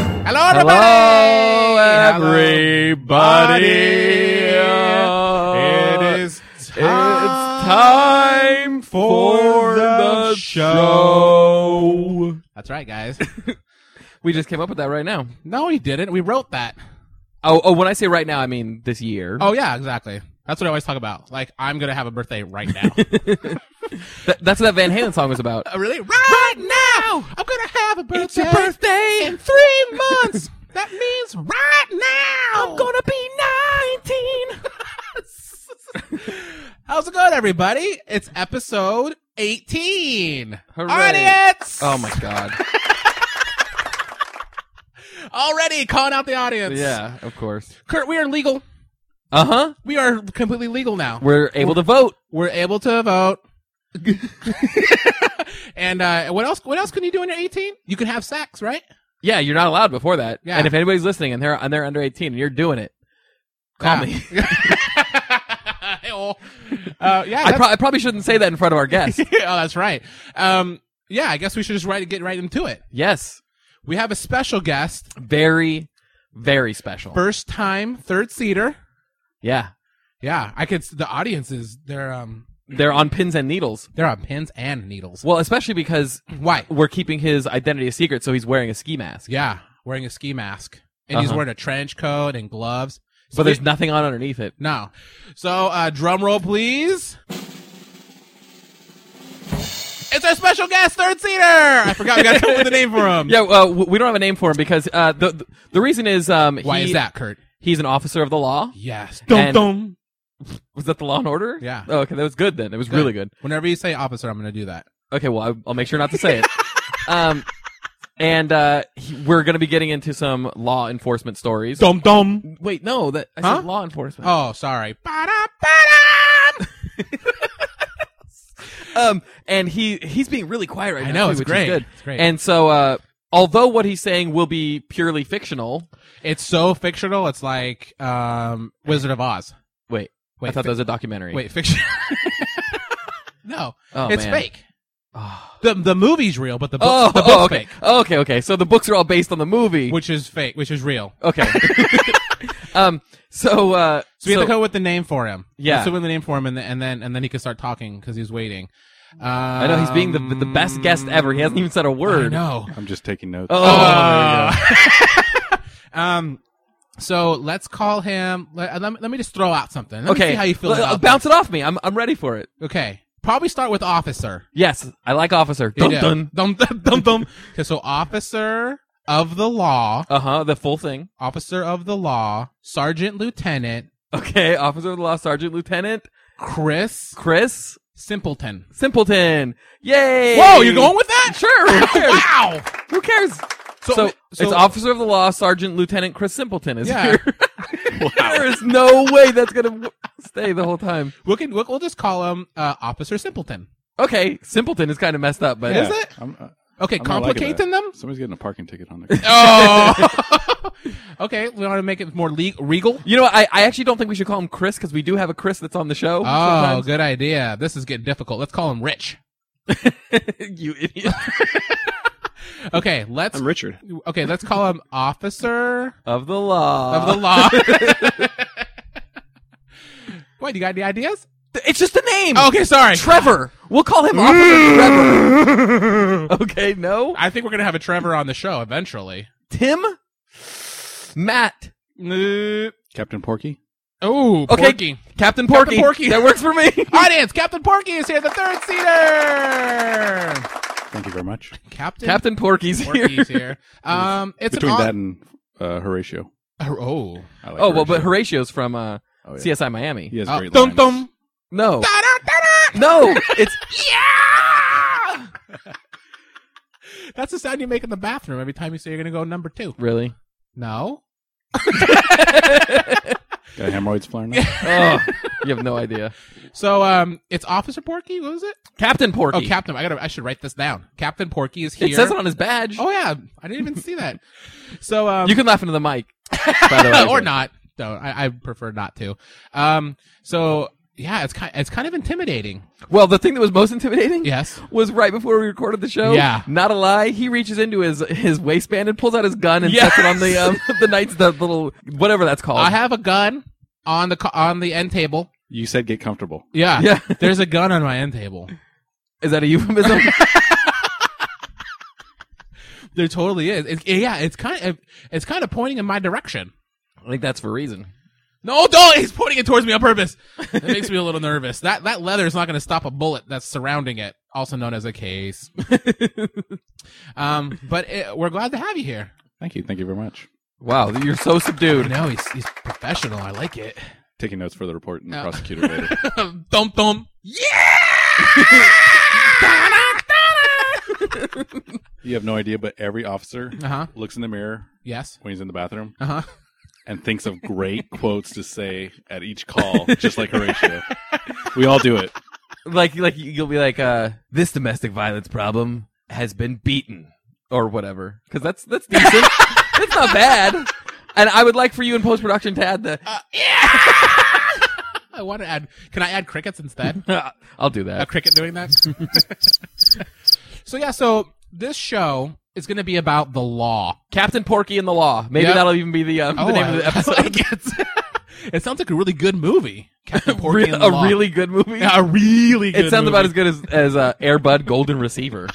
everybody. Hello, everybody. It is It's time for the show. That's right, guys. We just came up with that right now. No, he didn't. We wrote that. Oh, oh, when I say right now, I mean this year. Oh yeah, exactly. That's what I always talk about. Like I'm gonna have a birthday right now. Th- that's what that Van Halen song was about. Uh, really? Right, now. I'm gonna have a birthday. It's your birthday in three months. that means right now. I'm gonna be 19. How's it going, everybody? It's episode 18. Hooray. Audience. Oh my god. Already calling out the audience. Yeah, of course. Kurt, we are legal. Uh huh. We are completely legal now. We're able to vote. We're able to vote. and uh, what else? What else can you do when you're 18? You can have sex, right? Yeah, you're not allowed before that. Yeah. And if anybody's listening and they're and they're under 18 and you're doing it, call Yeah. me. Hey, well, uh, yeah, I, that's, pro- I probably shouldn't say that in front of our guests. oh, that's right. Um, yeah, I guess we should just right, get right into it. yes. We have a special guest, Very, very special. first time third seater. yeah. Yeah, I could. The audience is they're um They're on pins and needles. they're on pins and needles. Well, especially because Why? we're keeping his identity a secret, so he's wearing a ski mask. Yeah, wearing a ski mask and he's Uh-huh. wearing a trench coat and gloves. So But there's we- nothing on underneath it. no. So uh, drum roll, please. It's our special guest, third seater. I forgot we got to come up with a name for him. Yeah, uh, w- we don't have a name for him because uh, the, the the reason is um, Why he- is that, Kurt? He's an officer of the law. Yes. And- dum. Was that the Law and Order? Yeah. Oh, okay, that was good then. It was really good. Whenever you say officer, I'm going to do that. Okay, well, I, I'll make sure not to say it. um, and uh, he, we're going to be getting into some law enforcement stories. Dum dum. Wait, no, that I Huh? said law enforcement. Oh, sorry. Ba-da-ba-da! Um, and he he's being really quiet right I now. know, too, it's which great. Is good. It's great. And so, uh, although what he's saying will be purely fictional, It's so fictional. It's like um, Wizard of Oz. wait, Wait, I thought fi- that was a documentary. wait, fiction. no, oh, it's man. fake. Oh, The the movie's real, but the book's, oh, the book's oh, okay, fake, okay, okay. So the books are all based on the movie. which is fake, which is real. okay. um. So, uh, So we have to come up with the name for him. Yeah. Let's come up with the name for him, and, then- and then and then he can start talking because he's waiting. Um, I I know he's being the the best Um, guest ever. He hasn't even said a word. No. I'm just taking notes. Oh, um. So let's call him. Let, let, me, let me just throw out something. Let me okay. see how you feel L- uh, about bounce it off me. I'm I'm ready for it. that. Okay. Probably start with officer. Yes, I like officer. You Dun do. dun. dum dum dum dum. Okay, so officer of the law, Uh huh. The full thing. officer of the law, sergeant lieutenant Okay, officer of the law, sergeant, lieutenant, Chris Chris Simpleton. Simpleton. Yay! Whoa, you're going with that? Sure. Who cares? wow. Who cares? So, so- it's officer of the law, sergeant, lieutenant Chris Simpleton is Yeah. here. there is no way that's gonna w- stay the whole time. We can we'll, we'll just call him uh, Officer Simpleton. Okay, Simpleton Oh, is kind of messed up, but Yeah. is it? I'm, uh, Okay, I'm not liking complicating them. somebody's getting a parking ticket on their. Oh. okay, we want to make it more le- regal. you know what? I, I actually don't think we should call him Chris because we do have a Chris that's on the show. Oh, good idea. This is getting difficult. Let's call him Rich. sometimes. you idiot. Okay, let's I'm Richard. okay, let's call him Officer Of the law. of the law. what, you got any ideas? It's just a name. Okay, sorry. Trevor. We'll call him Officer Trevor. Okay, no. I think we're gonna have a Trevor on the show eventually. Tim? Matt. Captain Porky. Oh, Okay. Porky. Captain Porky. Porky. That works for me. Audience, Captain Porky is here, the third seater. Thank you very much. Captain, Captain Porky's here. Porky's here. Um, it's Between an that au- and uh, Horatio. oh, I like Oh, well, but Horatio's from uh, Oh, yeah. CSI Miami. he has Uh, great dum lines. dum. No. Da-da-da-da. No. It's. Yeah. That's the sound you make in the bathroom every time you say you're gonna go number two. Really? No. Got hemorrhoids flaring up. Oh, you have no idea. So um, it's Officer Porky. What was it? Captain Porky. Oh, Captain. I gotta. I should write this down. Captain Porky is here. it says it on his badge. Oh yeah, I didn't even see that. So um, You can laugh into the mic, by the way. or not. Don't. I, I prefer not to. Um, so yeah, it's kind it's kind of intimidating. Well, the thing that was most intimidating, Yes. was right before we recorded the show. Yeah. not a lie. He reaches into his his waistband and pulls out his gun and sets it on the um, the knight's the little whatever that's called. I have a gun on the co- on the end table. You said get comfortable. Yeah. Yeah. There's a gun on my end table. Is that a euphemism? There totally is. It's, yeah, it's kind of it's kind of pointing in my direction. I think that's for a reason. No, don't. He's pointing it towards me on purpose. It makes me a little nervous. That that leather is not going to stop a bullet that's surrounding it, also known as a case. um, but it, we're glad to have you here. Thank you. Thank you very much. Wow, you're so You subdued. know, he's he's professional. I like it. Taking notes for the report and the Oh. prosecutor later. thump thump. Yeah. You have no idea, but every officer Uh huh. looks in the mirror Yes. when he's in the bathroom Uh huh. and thinks of great quotes to say at each call, just like Horatio. We all do it. Like like you'll be like, uh, this domestic violence problem has been beaten or whatever, because that's that's decent. that's not bad. And I would like for you in post production to add the. I want to add. Can I add crickets instead? I'll do a that. cricket doing that. so yeah, so this show is going to be about the law. Captain Porky and the Law. Maybe Yep. that'll even be the um, the name of the Oh, I- episode. I like it. It sounds like a really good movie. Captain Porky Re- and the a Law. really good movie. Yeah, a really good it sounds about movie. as good as as uh, Airbud Golden Receiver.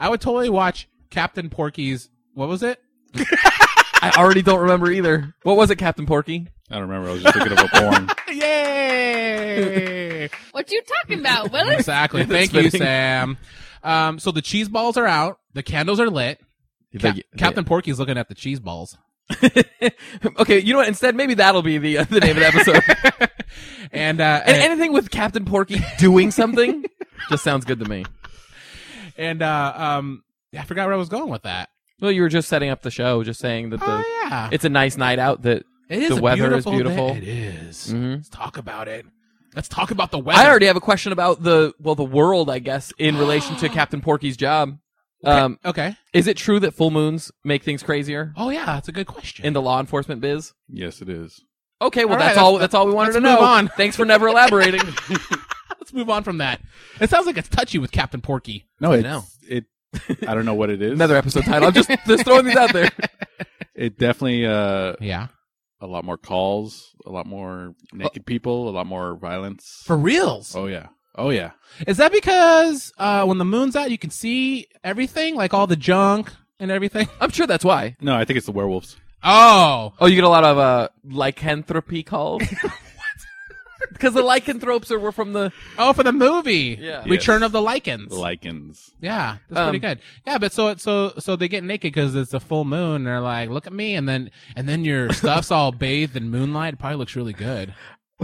I would totally watch Captain Porky's what was it? I already don't remember either. What was it, Captain Porky? I don't remember. I was just thinking of a porn. Yay! What you talking about, Willis? exactly. The Thank you, spinning. Sam. Um, so the cheese balls are out, the candles are lit. Cap- They- they- Captain Porky's looking at the cheese balls. okay, you know what? Instead, maybe that'll be the uh, the name of the episode. And uh and anything with Captain Porky doing something just sounds good to me. and uh um I forgot where I was going with that. Well, you were just setting up the show, just saying that the oh yeah. it's a nice night out. That It is The a weather is beautiful beautiful. day. It is. Mhm. Let's talk about it. Let's talk about the weather. I already have a question about the well, the world, I guess, in relation to Captain Porky's job. Um, okay. is it true that full moons make things crazier Oh yeah, that's a good question. in the law enforcement biz? Yes, it is. Okay, well All right, that's all. let's- That's all we wanted let's to know. move on. Thanks for never elaborating. Let's move on from that. It sounds like it's touchy with Captain Porky. No, it's, know. it. I don't know what it is. Another episode title. I'm just just throwing these out there. It definitely uh, Yeah. a lot more calls, a lot more naked people, a lot more violence. For reals. oh yeah, oh yeah. Is that because uh, when the moon's out you can see everything, like all the junk and everything? I'm sure that's why. No, I think it's the werewolves. Oh. Oh, you get a lot of uh, lycanthropy calls. Because the lycanthropes are were from the Oh, for the movie. Yeah. Return Yes. of the Lycans. Lichens. yeah, that's Um, pretty good. Yeah, but so so so they get naked because it's a full moon. And they're like, look at me, and then and then your stuff's all bathed in moonlight. It probably looks really good.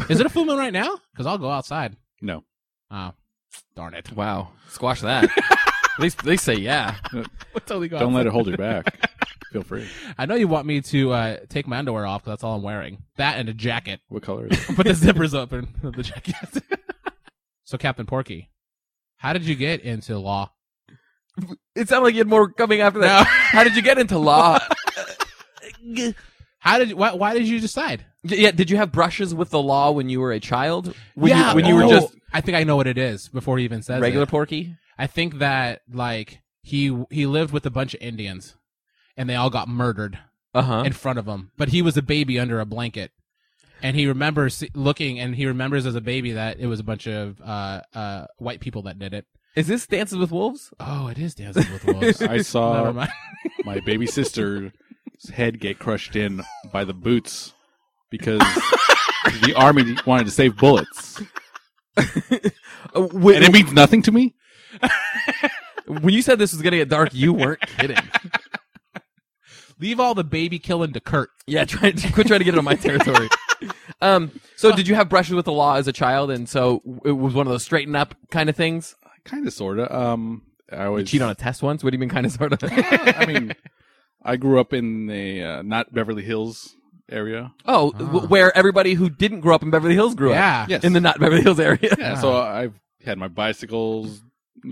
Is it a full moon right now? Because I'll go outside. No, Oh, darn it! wow. Squash that. they they say yeah. totally go don't let it hold you back. Feel free. I know you want me to uh, take my underwear off because that's all I'm wearing. That and a jacket. What color is it? Put the zippers up in the jacket. so Captain Porky, how did you get into law? It sounded like you had more coming after that. How did you get into law? How did you, why, why did you decide? D- yeah, did you have brushes with the law when you were a child? When you, when you were oh, just I think I know what it is before he even says regular it. Porky. I think that like he he lived with a bunch of Indians, and they all got murdered Uh huh. in front of him. But he was a baby under a blanket, and he remembers se- looking, and he remembers as a baby that it was a bunch of uh, uh, white people that did it. Is this Dances with Wolves? Oh, it is Dancing with Wolves. I Never saw mind. my baby sister's head get crushed in by the boots because the army wanted to save bullets, Uh, and when, it means nothing to me. when you said this was gonna get dark, you weren't kidding. Leave all the baby killing to Kurt. Yeah, try quit trying to get it on my territory. um, so did you have brushes with the law as a child, and so it was one of those straighten up kind of things? Kind of, sort of. Um, I You always cheat on a test once. What do you mean, kind of, sort of? I mean, I grew up in the uh, not Beverly Hills area, oh, w- where everybody who didn't grow up in Beverly Hills grew Yeah. up. Yes. in the not Beverly Hills area. Yeah, so I've had my bicycles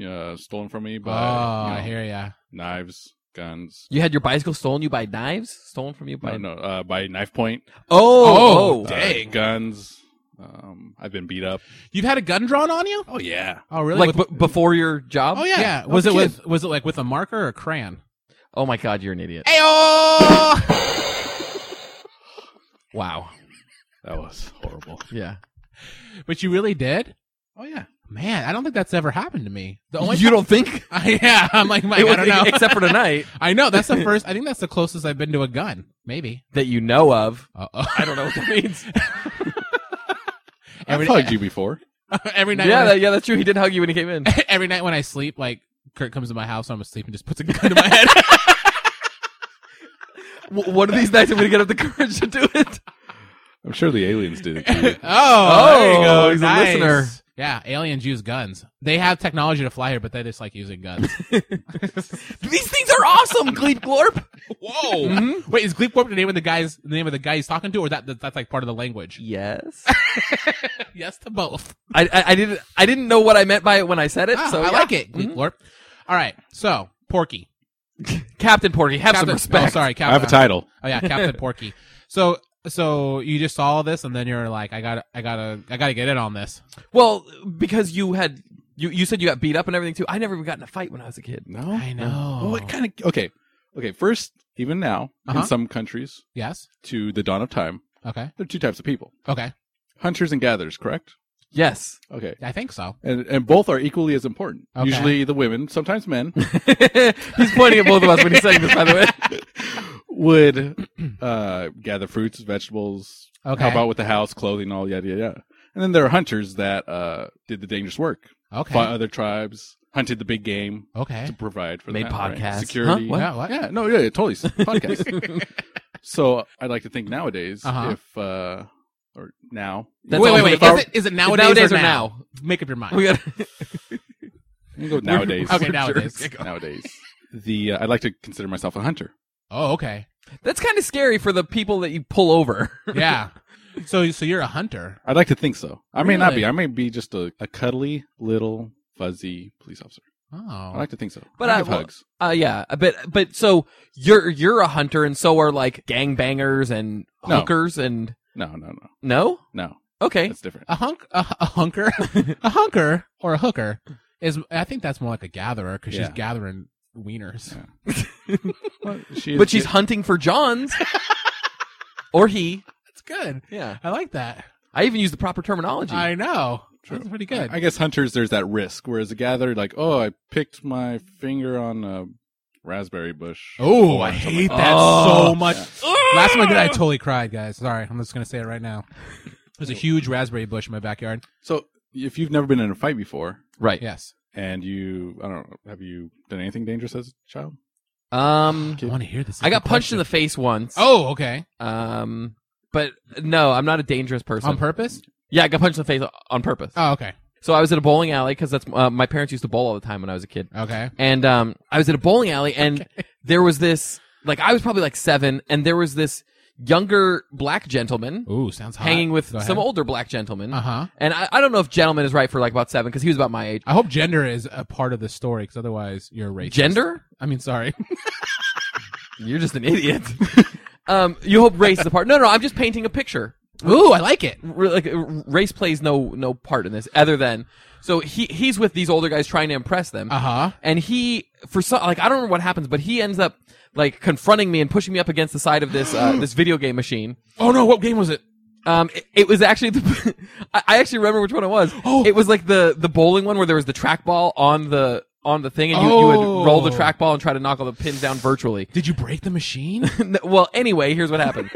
uh, stolen from me Oh, by you I know, hear ya. knives, guns. You had your bicycle stolen you by knives, stolen from you by No, no, uh, by knife point, oh, Oh. oh. uh, Dang. guns. Um, I've been beat up. You've had a gun drawn on you? Oh yeah. Oh, really? Like With- b- before your job? oh yeah. I Was was it a with? Was it like with a marker or a crayon? Oh my god, you're an idiot. Wow. That was horrible. Yeah. But you really did? Oh yeah. Man, I don't think that's ever happened to me. The only you time- don't think? yeah, I'm like, Mike, It was- I don't know. Except for tonight I know that's the first. I think that's the closest I've been to a gun. Maybe. that you know of. Uh-oh. I don't know what that means. Every- I've hugged you before. every night. yeah, when I- that, yeah, that's true. He did hug you when he came in. every night when I sleep, like Kurt comes to my house, I'm asleep and just puts a gun to my head. W- One of these nights, I'm gonna get up the courage to do it. I'm sure the aliens did it. Too. oh, there you go. he's a Nice. listener. Yeah, aliens use guns. They have technology to fly here, but they just like using guns. These things are awesome, Gleep Glorp. Whoa! Mm-hmm. Wait, is Gleep Warp the name of the guy's the name of the guy he's talking to, or that, that that's like part of the language? Yes. yes to both. I, I, I didn't I didn't know what I meant by it when I said it. Ah, so I yeah. like it, Gleep Warp. All right, so Porky. Captain Porky, have Captain, some Oh, respect. sorry, I Captain. have a title. Oh yeah, Captain Porky. So so you just saw this, and then you're like, I gotta, I gotta, I gotta get in on this. Well, because you had you, you said you got beat up and everything too. I never even got in a fight when I was a kid. No. I know. Well, it kind of okay. Okay. First, even now, Uh-huh. in some countries, Yes. to the dawn of time, Okay. there are two types of people: Okay. hunters and gatherers. Correct. Yes. Okay. I think so. And and both are equally as important. Okay. Usually, the women, sometimes men, he's pointing at both of us when he's saying this, by the way. would uh, gather fruits, vegetables, Okay. help out with the house, clothing, all yada yada. yada. And then there are hunters that uh, did the dangerous work, Okay. fought other tribes, hunted the big game Okay. to provide for Made them, right? podcasts. security. Huh? What? Yeah. What? Yeah, no, yeah, yeah, totally podcast. so I'd like to think nowadays Uh-huh. if uh, or now. That's wait, all- wait, wait. if Is I- it, is it nowadays, nowadays or, or now? now? Make up your mind. We got You can go nowadays. okay, nowadays. jerks. nowadays. The uh, I'd like to consider myself a hunter. Oh, okay. That's kind of scary for the people that you pull over. Yeah. so so you're a hunter. I'd like to think so. I may not Really? be. I may be just a, a cuddly little fuzzy police officer. Oh. I like to think so. But I I- give well- hugs. Uh yeah, but but so you're you're a hunter and so are like gangbangers and No. hookers and No, no, no, no? no. Okay. Uh, That's different. a hunk a, a hunker a hunker or a hooker is I think that's more like a gatherer because Yeah. she's gathering wieners. Yeah. Well, she is But she's get- hunting for Johns. or he. That's good. Yeah. I like that. I even use the proper terminology. I know. True. That's pretty good. I guess hunters, there's that risk. Whereas a gatherer, like, oh, I picked my finger on a raspberry bush. oh, Or I something hate like that Oh. so much. Yeah. Last time I did, I totally cried, guys. Sorry, I'm just gonna say it right now. There's a huge raspberry bush in my backyard. So if you've never been in a fight before, right. Yes. and you, I don't know, have you done anything dangerous as a child? Um I want to hear this. I got punched in the face once. Oh, okay. Um but no, I'm not a dangerous person. On purpose? yeah, I got punched in the face on purpose. Oh, okay. so I was at a bowling alley cuz that's uh, my parents used to bowl all the time when I was a kid. Okay. and um, I was at a bowling alley, and there was this like I was probably like seven, and there was this younger black gentleman Ooh, sounds hot. hanging with some older black gentleman, Uh huh. and I, I don't know if gentleman is right for like about seven because he was about my age. I hope gender is a part of the story because otherwise you're a racist. Gender? I mean, sorry. You're just an idiot. um, you hope race is a part? No, no, I'm just painting a picture. Ooh, I like it. R- like r- race plays no no part in this other than so he he's with these older guys trying to impress them. Uh huh. and he for some like I don't remember what happens, but he ends up like confronting me and pushing me up against the side of this uh, this video game machine. Oh no, what game was it? Um, it, it was actually the I, I actually remember which one it was. Oh. It was like the the bowling one where there was the trackball on the on the thing, and you, you Oh. would roll the trackball and try to knock all the pins down virtually. Did you break the machine? uh No, well, anyway, here's what happened.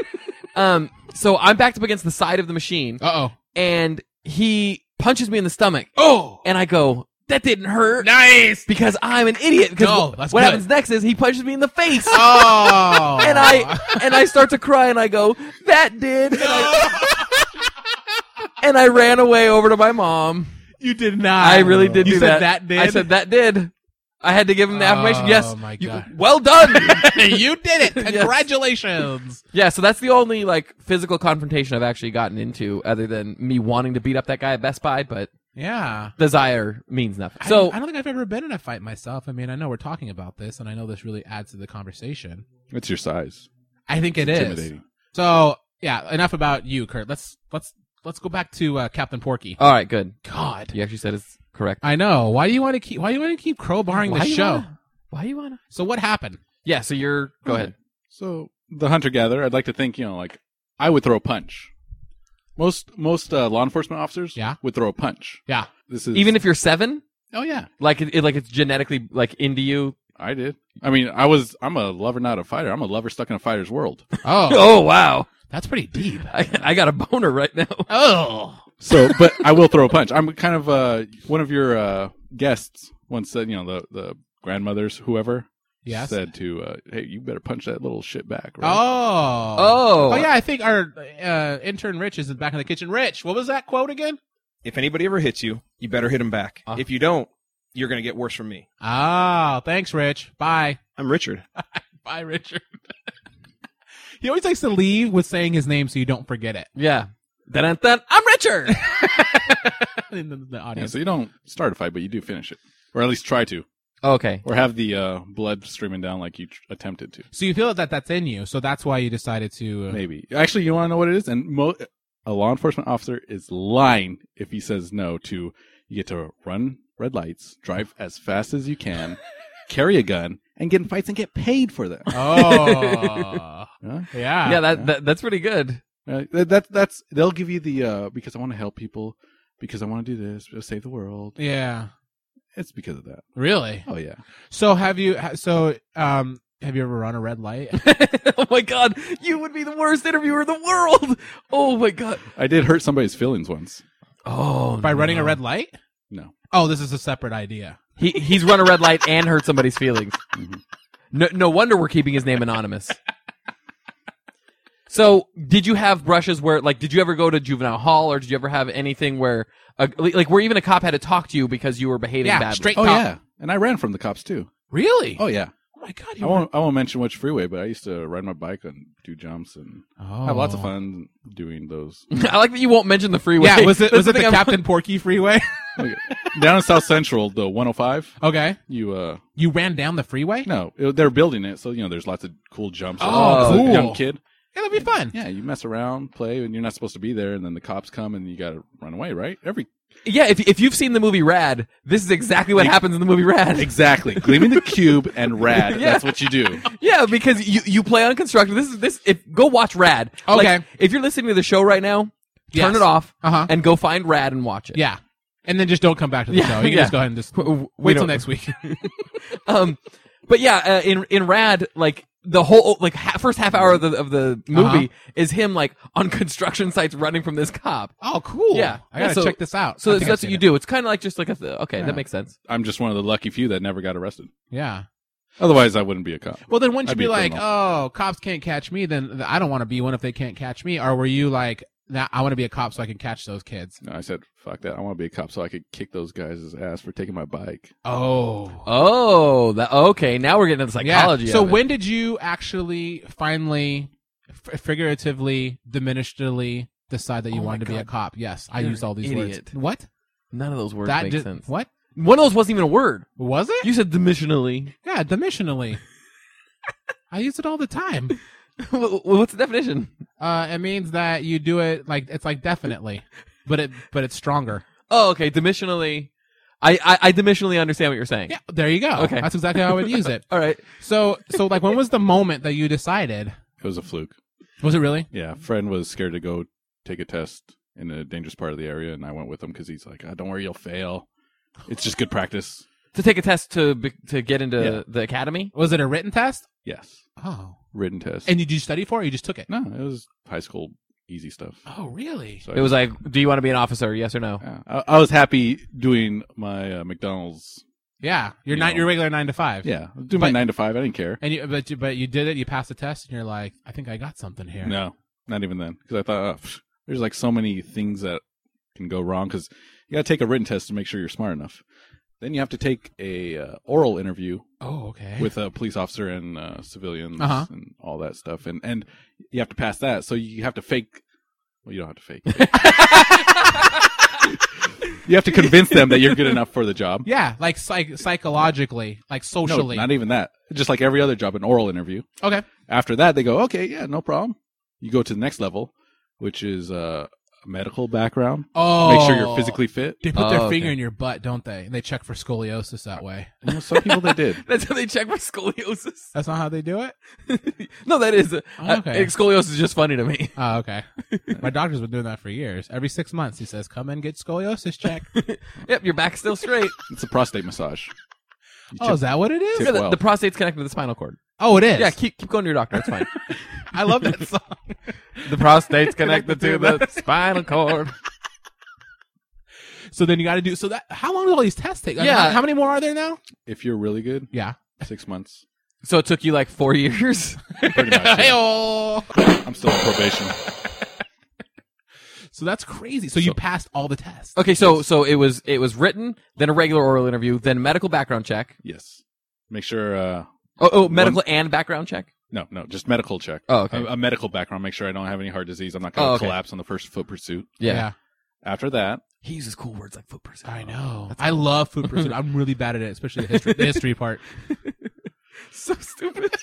um, so I'm backed up against the side of the machine, oh. and he punches me in the stomach, Oh, and I go, "That didn't hurt." nice. because I'm an idiot. Because No, wh- that's what good. happens next is he punches me in the face, Oh, and I and I start to cry, and I go, "That did," and, I, and I ran away over to my mom. you did not. I really did You do said that. I said that did. I had to give him the affirmation. Oh, Yes, my you- God. well done. you did it. Yes. Congratulations. yeah, so that's the only like physical confrontation I've actually gotten into, other than me wanting to beat up that guy at Best Buy, but yeah. desire means nothing. I So don't- I don't think I've ever been in a fight myself. I mean, I know we're talking about this, and I know this really adds to the conversation. It's your size. I think it is. Intimidating. So yeah, enough about you, Kurt. Let's let's let's go back to uh, Captain Porky. All right, good. God, You actually said it's correct. I know. Why do you want to keep? Why do you want to keep crowbarring Why the you show? wanna- Why you wanna? So what happened? Yeah, so you're. Go ahead. So the hunter gatherer, I'd like to think, you know, like I would throw a punch. Most most uh, law enforcement officers Yeah. would throw a punch. Yeah. This is Even if you're seven, Oh yeah. like it, it- like it's genetically like into you. I did. I mean, I was I'm a lover not a fighter. I'm a lover stuck in a fighter's world. Oh, Oh wow, that's pretty deep. I, I got a boner right now. Oh, So, but I will throw a punch. I'm kind of uh one of your uh guests once said, you know, the the grandmothers whoever yes. said to uh hey, you better punch that little shit back, right? Oh. Oh, Oh yeah, I think our uh, intern Rich is back in the kitchen. Rich, what was that quote again? If anybody ever hits you, you better hit them back. Ah. If you don't, you're going to get worse from me. Ah, thanks, Rich. Bye. I'm Richard. Bye, Richard. he always likes to leave with saying his name so you don't forget it yeah. Dun, dun, I'm richer. in the, the Yeah, audience. so you don't start a fight, but you do finish it. Or at least try to. okay. Or have the uh blood streaming down like you tr- attempted to. So you feel that that's in you, so that's why you decided to. Uh, Maybe. Actually, you want to know what it is? And mo- a law enforcement officer is lying if he says no to you get to run red lights, drive as fast as you can, carry a gun, and get in fights and get paid for them. Oh, Huh? yeah. Yeah, that, that that's pretty good. Uh, that, that- that's they'll give you the uh, because I want to help people, because I want to do this, save the world. yeah. It's because of that. Really. Oh yeah. So have you? ha- So um, have you ever run a red light? oh my god, you would be the worst interviewer in the world. Oh my god. I did hurt somebody's feelings once. Oh, by no. running a red light? No. Oh, this is a separate idea. He he's run a red light and hurt somebody's feelings. Mhm. No no wonder we're keeping his name anonymous. So, did you have brushes where, like, did you ever go to juvenile hall, or did you ever have anything where, a, like, where even a cop had to talk to you because you were behaving Yeah, badly? straight Oh cop. yeah. And I ran from the cops too. Really? Oh yeah. Oh my god! I won't I won't mention which freeway, but I used to ride my bike and do jumps and oh. have lots of fun doing those I like that you won't mention the freeway. Yeah, was it That's was it the thing I'm- Captain Porky freeway? down in South Central, the 105. okay, You uh you ran down the freeway. no, it, they're building it, so you know there's lots of cool jumps. Oh, As a cool. young kid. Yeah, that'd be fun. Yeah, you mess around, play, and you're not supposed to be there, and then the cops come and you gotta run away, right? Every Yeah, if if you've seen the movie Rad, this is exactly what happens in the movie Rad. exactly gleaming the cube and rad. Yeah. That's what you do. Yeah, because you you play unconstructed. This is this. If go watch Rad. Like, Okay. if you're listening to the show right now, turn Yes. it off Uh huh. and go find Rad and watch it. Yeah, and then just don't come back to the Yeah, show. You can yeah. just go ahead and just W- w- we wait till don't- next week. Um, but yeah, uh, in in Rad, like the whole like ha- first half hour of the of the movie is him like on construction sites running from this cop. oh, cool. Yeah. I gotta Yeah, so- check this out. I So, think so I've that's what seen you it. do. It's kind of like just like a th- okay, Yeah. that makes sense. I'm just one of the lucky few that never got arrested. Yeah. Otherwise, I wouldn't be a cop. Well, then wouldn't you I'd be, be a like, criminal. oh, cops can't catch me? Then th- I don't want to be one if they can't catch me. Or were you like, nah, I want to be a cop so I can catch those kids? No, I said fuck that. I want to be a cop so I could kick those guys' ass for taking my bike. Oh. Oh, that okay. Now we're getting into the Yeah. psychology. So of it. when did you actually finally, f- figuratively, diminutively decide that you Oh my wanted to be a God. cop? Yes, I You're used all an these idiot. words. What? none of those words that make did- sense. What? One of those wasn't even a word. Was it? You said dimissionally. yeah, dimissionally. I use it all the time. What's the definition? Uh, it means that you do it like it's like definitely, but it but it's stronger. Oh, okay. Dimissionally. I, I, I dimissionally understand what you're saying. Yeah, there you go. Okay. that's exactly how I would use it. All right. So, so like, when was the moment that you decided? It was a fluke. Was it really? Yeah, a friend was scared to go take a test in a dangerous part of the area, and I went with him because he's like, oh, "Don't worry, you'll fail. It's just good practice." To take a test to be- to get into Yeah. the academy. Was it a written test? Yes, Oh, written test. and did you study for it? Or you just took it. no, it was high school easy stuff. Oh, really? So It was like, do you want to be an officer? Yes or no? yeah. I, I was happy doing my uh, McDonald's. Yeah, you're You not know. your regular nine to five. Yeah, I was doing my But- nine to five. I didn't care. and you but you, but you did it. You passed the test, and you're like, I think I got something here. No, not even then, because I thought oh, pff, there's like so many things that can go wrong. Because you got to take a written test to make sure you're smart enough. Then you have to take a uh, oral interview Oh, okay. with a police officer and uh, civilians Uh-huh. and all that stuff, and and you have to pass that. So you have to fake. Well, you don't have to fake. you have to convince them that you're good enough for the job. yeah, like psych- psychologically, like No, socially. not even that. Just like every other job, an oral interview. okay. After that, they go, okay, yeah, no problem. You go to the next level, which is uh, a medical background. Oh, Make sure you're physically fit. They put Oh, their okay. finger in your butt, don't they? And they check for scoliosis that way. You know, some people they did. That's how they check for scoliosis. That's not how they do it. no, that is. uh, okay. scoliosis is just funny to me. Oh, okay. My doctor's been doing that for years. Every six months, he says, "Come and get scoliosis check." Yep, your back's still straight. It's a prostate massage. You oh, is that what it is? Tip Yeah, the, well. the prostate's connected to the spinal cord. Oh, it is. Yeah, keep keep going to your doctor. That's fine. I love that song. the prostate's connected to the spinal cord. so then you got to do. So that how long do all these tests take? Like, Yeah. how, how many more are there now? if you're really good, Yeah. six months. So it took you like four years. Pretty much. yeah. Hey-oh. I'm still on probation. So that's crazy. So, you passed all the tests. Okay, so so it was it was written, then a regular oral interview, then medical background check. Yes. Make sure. Uh, Oh, oh medical and background check. no, no, just medical check. Oh, okay. A, a medical background. Make sure I don't have any heart disease. I'm not going to Oh, okay. collapse on the first foot pursuit. Yeah. After that, he uses cool words like foot percent. I know. I love food pursuit. I'm really bad at it, especially the history, the history part. so stupid.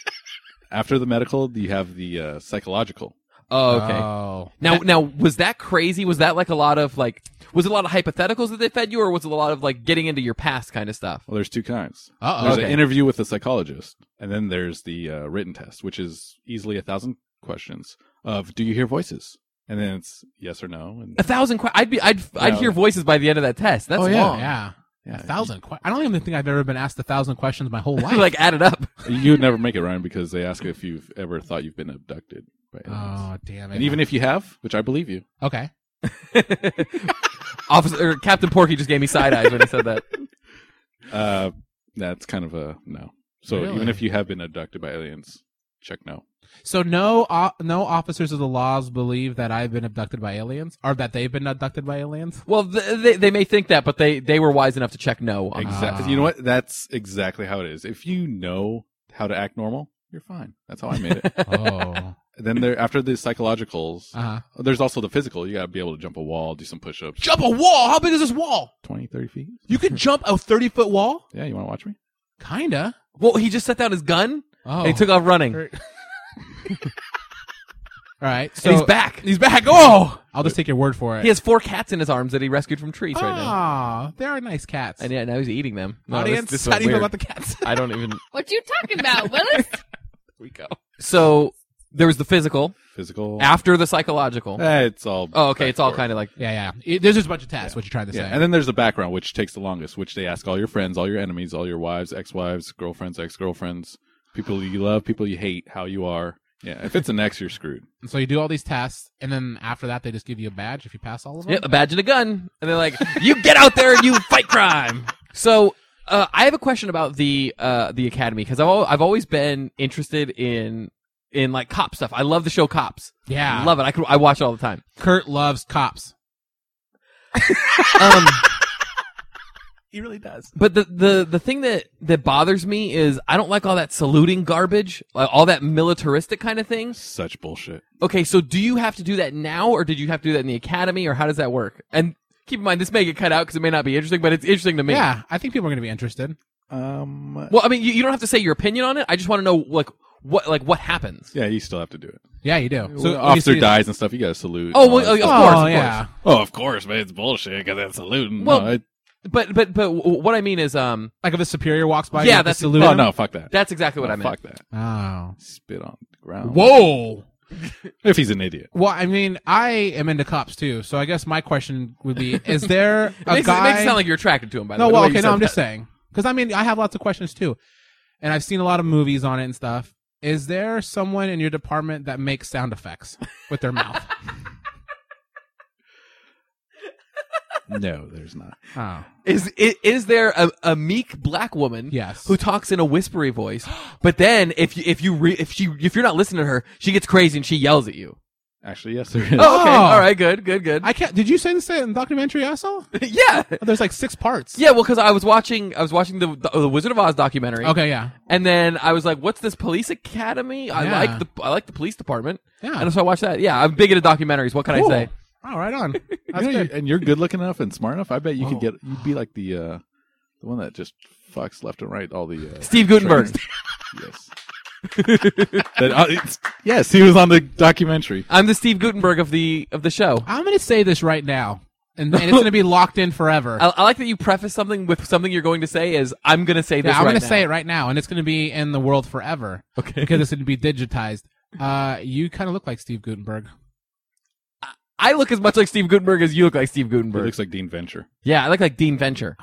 after the medical, you have the uh, psychological. Oh, okay. Oh. now, now was that crazy? Was that like a lot of like was it a lot of hypotheticals that they fed you, or was it a lot of like getting into your past kind of stuff? Well, there's two kinds. Uh-oh. There's Oh, Okay. an interview with a psychologist, and then there's the uh, written test, which is easily a thousand questions of "Do you hear voices?" And then it's yes or no. And A thousand. Qu- I'd be. I'd. I'd Yeah. hear voices by the end of that test. That's Oh, yeah. long. Yeah. yeah, A thousand. Que- I don't even think I've ever been asked a thousand questions my whole life. like add it up. you'd never make it, Ryan, because they ask if you've ever thought you've been abducted. By aliens. oh damn it. and even if you have, which I believe you, okay. Officer or Captain Porky just gave me side eyes when he said that. uh, that's kind of a no. So even Really? if you have been abducted by aliens, check no. So no, uh, no officers of the laws believe that I've been abducted by aliens, or that they've been abducted by aliens. Well, th- they they may think that, but they they were wise enough to check no. On that. Exactly. Ah. You know what? That's exactly how it is. If you know how to act normal, you're fine. That's how I made it. Oh, then there, after the psychologicals, uh-huh. There's also the physical. You got to be able to jump a wall, do some push ups. jump a wall. How big is this wall? 20, 30 feet. You could jump a thirty foot wall. Yeah, you want to watch me? Kinda. Well, he just set down his gun Oh, and he took off running. All right. So and he's back. He's back. Oh, I'll just take your word for it. He has four cats in his arms that he rescued from trees right now. Ah, they are nice cats. And yeah, now he's eating them. No, this- Audience, this how was do you feel weird. about the cats? I don't even. What you talking about, Willis? we go. So there was the physical Physical. after the psychological. Uh, Eh, it's all. oh, okay. It's all kind of like yeah, yeah. It- there's just a bunch of tests. What you're trying to Yeah. say? And then there's the background, which takes the longest, which they ask all your friends, all your enemies, all your wives, ex wives, girlfriends, ex girlfriends, people you love, people you hate, how you are. Yeah. If it's an ex, you're screwed. And so you do all these tests, and then after that, they just give you a badge if you pass all of them. yeah, a badge and a gun, and they're like, "You get out there and you fight crime." So uh, I have a question about the uh, the academy because I've al- I've always been interested in in like cop stuff. I love the show Cops. Yeah. love it. I could, I watch it all the time. Kurt loves cops. Um, He really does. But the, the, the thing that, that bothers me is I don't like all that saluting garbage, like all that militaristic kind of thing. Such bullshit. Okay, so do you have to do that now, or did you have to do that in the academy, or how does that work? And keep in mind, this may get cut out because it may not be interesting, but it's interesting to me. Yeah, I think people are going to be interested. Um. Well, I mean, you, you don't have to say your opinion on it. I just want to know, like, what, like, what happens. Yeah, you still have to do it. Yeah, you do. So when officer you see- dies and stuff. You got to salute. Oh, and all well, that of stuff. course, Oh, of yeah. oh, of course, man. It's bullshit because it's saluting. Well- no, it- But, but, but w- what I mean is, um, Like if a superior walks by, Yeah, yeah, that's- that's salute. oh him? no, fuck that. that's exactly what No, I meant. Fuck that. Oh. Spit on the ground. Whoa. If he's an idiot. Well, I mean, I am into cops too, so I guess my question would be: Is there It a makes, it guy? makes it sound like you're attracted to him, by the no, way. the well, way you okay, said no, I'm that. just saying because I mean I have lots of questions too, and I've seen a lot of movies on it and stuff. Is there someone in your department that makes sound effects with their mouth? No, there's not. oh, Is i- is there a, a meek black woman Yes. who talks in a whispery voice? But then if you, if you re, if she if you're not listening to her, she gets crazy and she yells at you. Actually, yes, there is. Oh, okay. Oh. All right, good, good, good. I can't. Did you say this in the documentary I saw? Oh, yeah. There's like six parts. Yeah, well cuz I was watching I was watching the, the the Wizard of Oz documentary. Okay. Yeah. And then I was like, what's this police academy? I Yeah. like the I like the police department. Yeah. And so I watched that. Yeah, I'm big into documentaries. What can Cool. I say? Oh, right on. That's You know, good. you- and you're good looking enough and smart enough. I bet you Oh. could get. You'd be like the uh, the one that just fucks left and right all the. Uh, Steve Gutenberg. trainers. yes. that, uh, it's Yes, he was on the documentary. I'm the Steve Gutenberg of the of the show. I'm going to say this right now, and, and it's going to be locked in forever. I, I like that you preface something with something you're going to say is I'm going to say this. yeah, I'm right going to now." say it right now, and it's going to be in the world forever Okay. because it's going to be digitized. Uh, you kind of look like Steve Gutenberg. I look as much like Steve Gutenberg as you look like Steve He Gutenberg. looks like Dean Venture. yeah, I look like Dean Venture.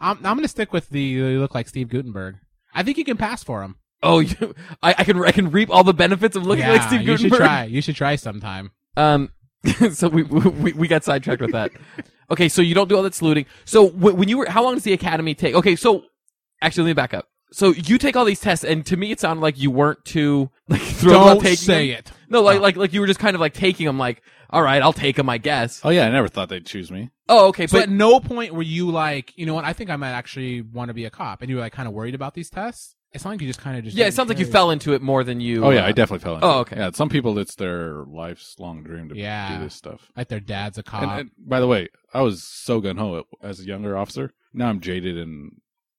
I'm, I'm going to stick with the you look like Steve Gutenberg. I think you can pass for him. Oh, you, I, I can I can reap all the benefits of looking yeah, like Steve you Gutenberg. should try. You should try sometime. Um, so we, we we got sidetracked with that. Okay, so you don't do all that saluting. So wh- when you were, how long does the academy take? Okay, so actually, let me back up. So you take all these tests, and to me, it sounded like you weren't too like thrilled about Don't taking say them. it. No, like like like you were just kind of like taking them. Like, all right, I'll take them, I guess. Oh yeah, I never thought they'd choose me. Oh, okay, So but at no point were you like, you know what? I think I might actually want to be a cop, and you were like kind of worried about these tests. It sounds like you just kind of just yeah, it didn't sounds like you care. fell into it more than you. Oh yeah, uh, I definitely fell into. oh, it. okay. Yeah, some people it's their life's long dream to Yeah. do this stuff. like their dad's a cop. Uh-huh. And, and by the way, I was so gun ho as a younger officer. Now I'm jaded and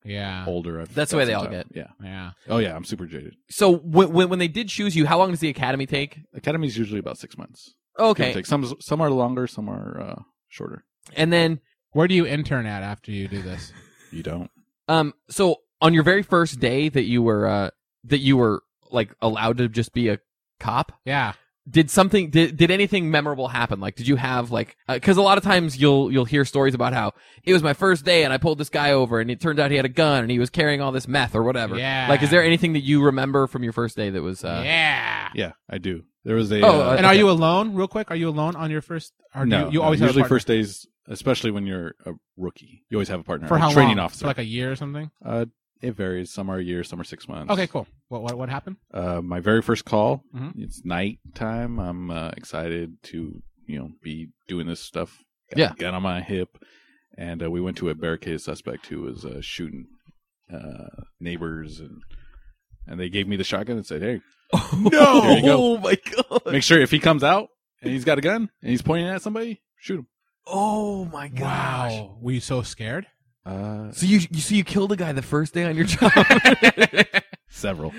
yeah, Oh. older. I've Uh-huh. That's the got way they some all time. get. Yeah. yeah. Oh yeah, I'm super jaded. So when, when when they did choose you, how long does the academy take? Academy's usually about six months. Give or Okay, take. Some some are longer, some are uh, shorter. and then Where do you intern at after you do this? You don't. Um. So on your very first day that you were uh that you were like allowed to just be a cop, Yeah, did something did did anything memorable happen? Like, did you have like because a lot of times you'll you'll hear stories about how it was my first day and I pulled this guy over and it turned out he had a gun and he was carrying all this meth or whatever. Yeah. Like, is there anything that you remember from your first day that was? Uh, yeah. Yeah, I do. There was a. Oh, uh, uh, And are Okay. you alone? Real quick, are you alone on your first? Or do no, you, you always no, have a usually partner? first days, especially when you're a rookie, you always have a partner. uh, for a how training long? officer. for like a year or something. uh, it varies. Some are a year, some are six months. Okay, cool. What what what happened? Uh, my very first call. Mhm. It's night time. I'm uh, excited to you know be doing this stuff. Got Yeah. a gun on my hip, and uh, we went to a barricaded suspect who was uh, shooting uh, neighbors, and and they gave me the shotgun and said, "Hey, No. There you go. Oh my god. make sure if he comes out and he's got a gun and he's pointing at somebody, shoot him." Oh my gosh. Wow, were you so scared? Uh, So you you so you killed a guy the first day on your job. several.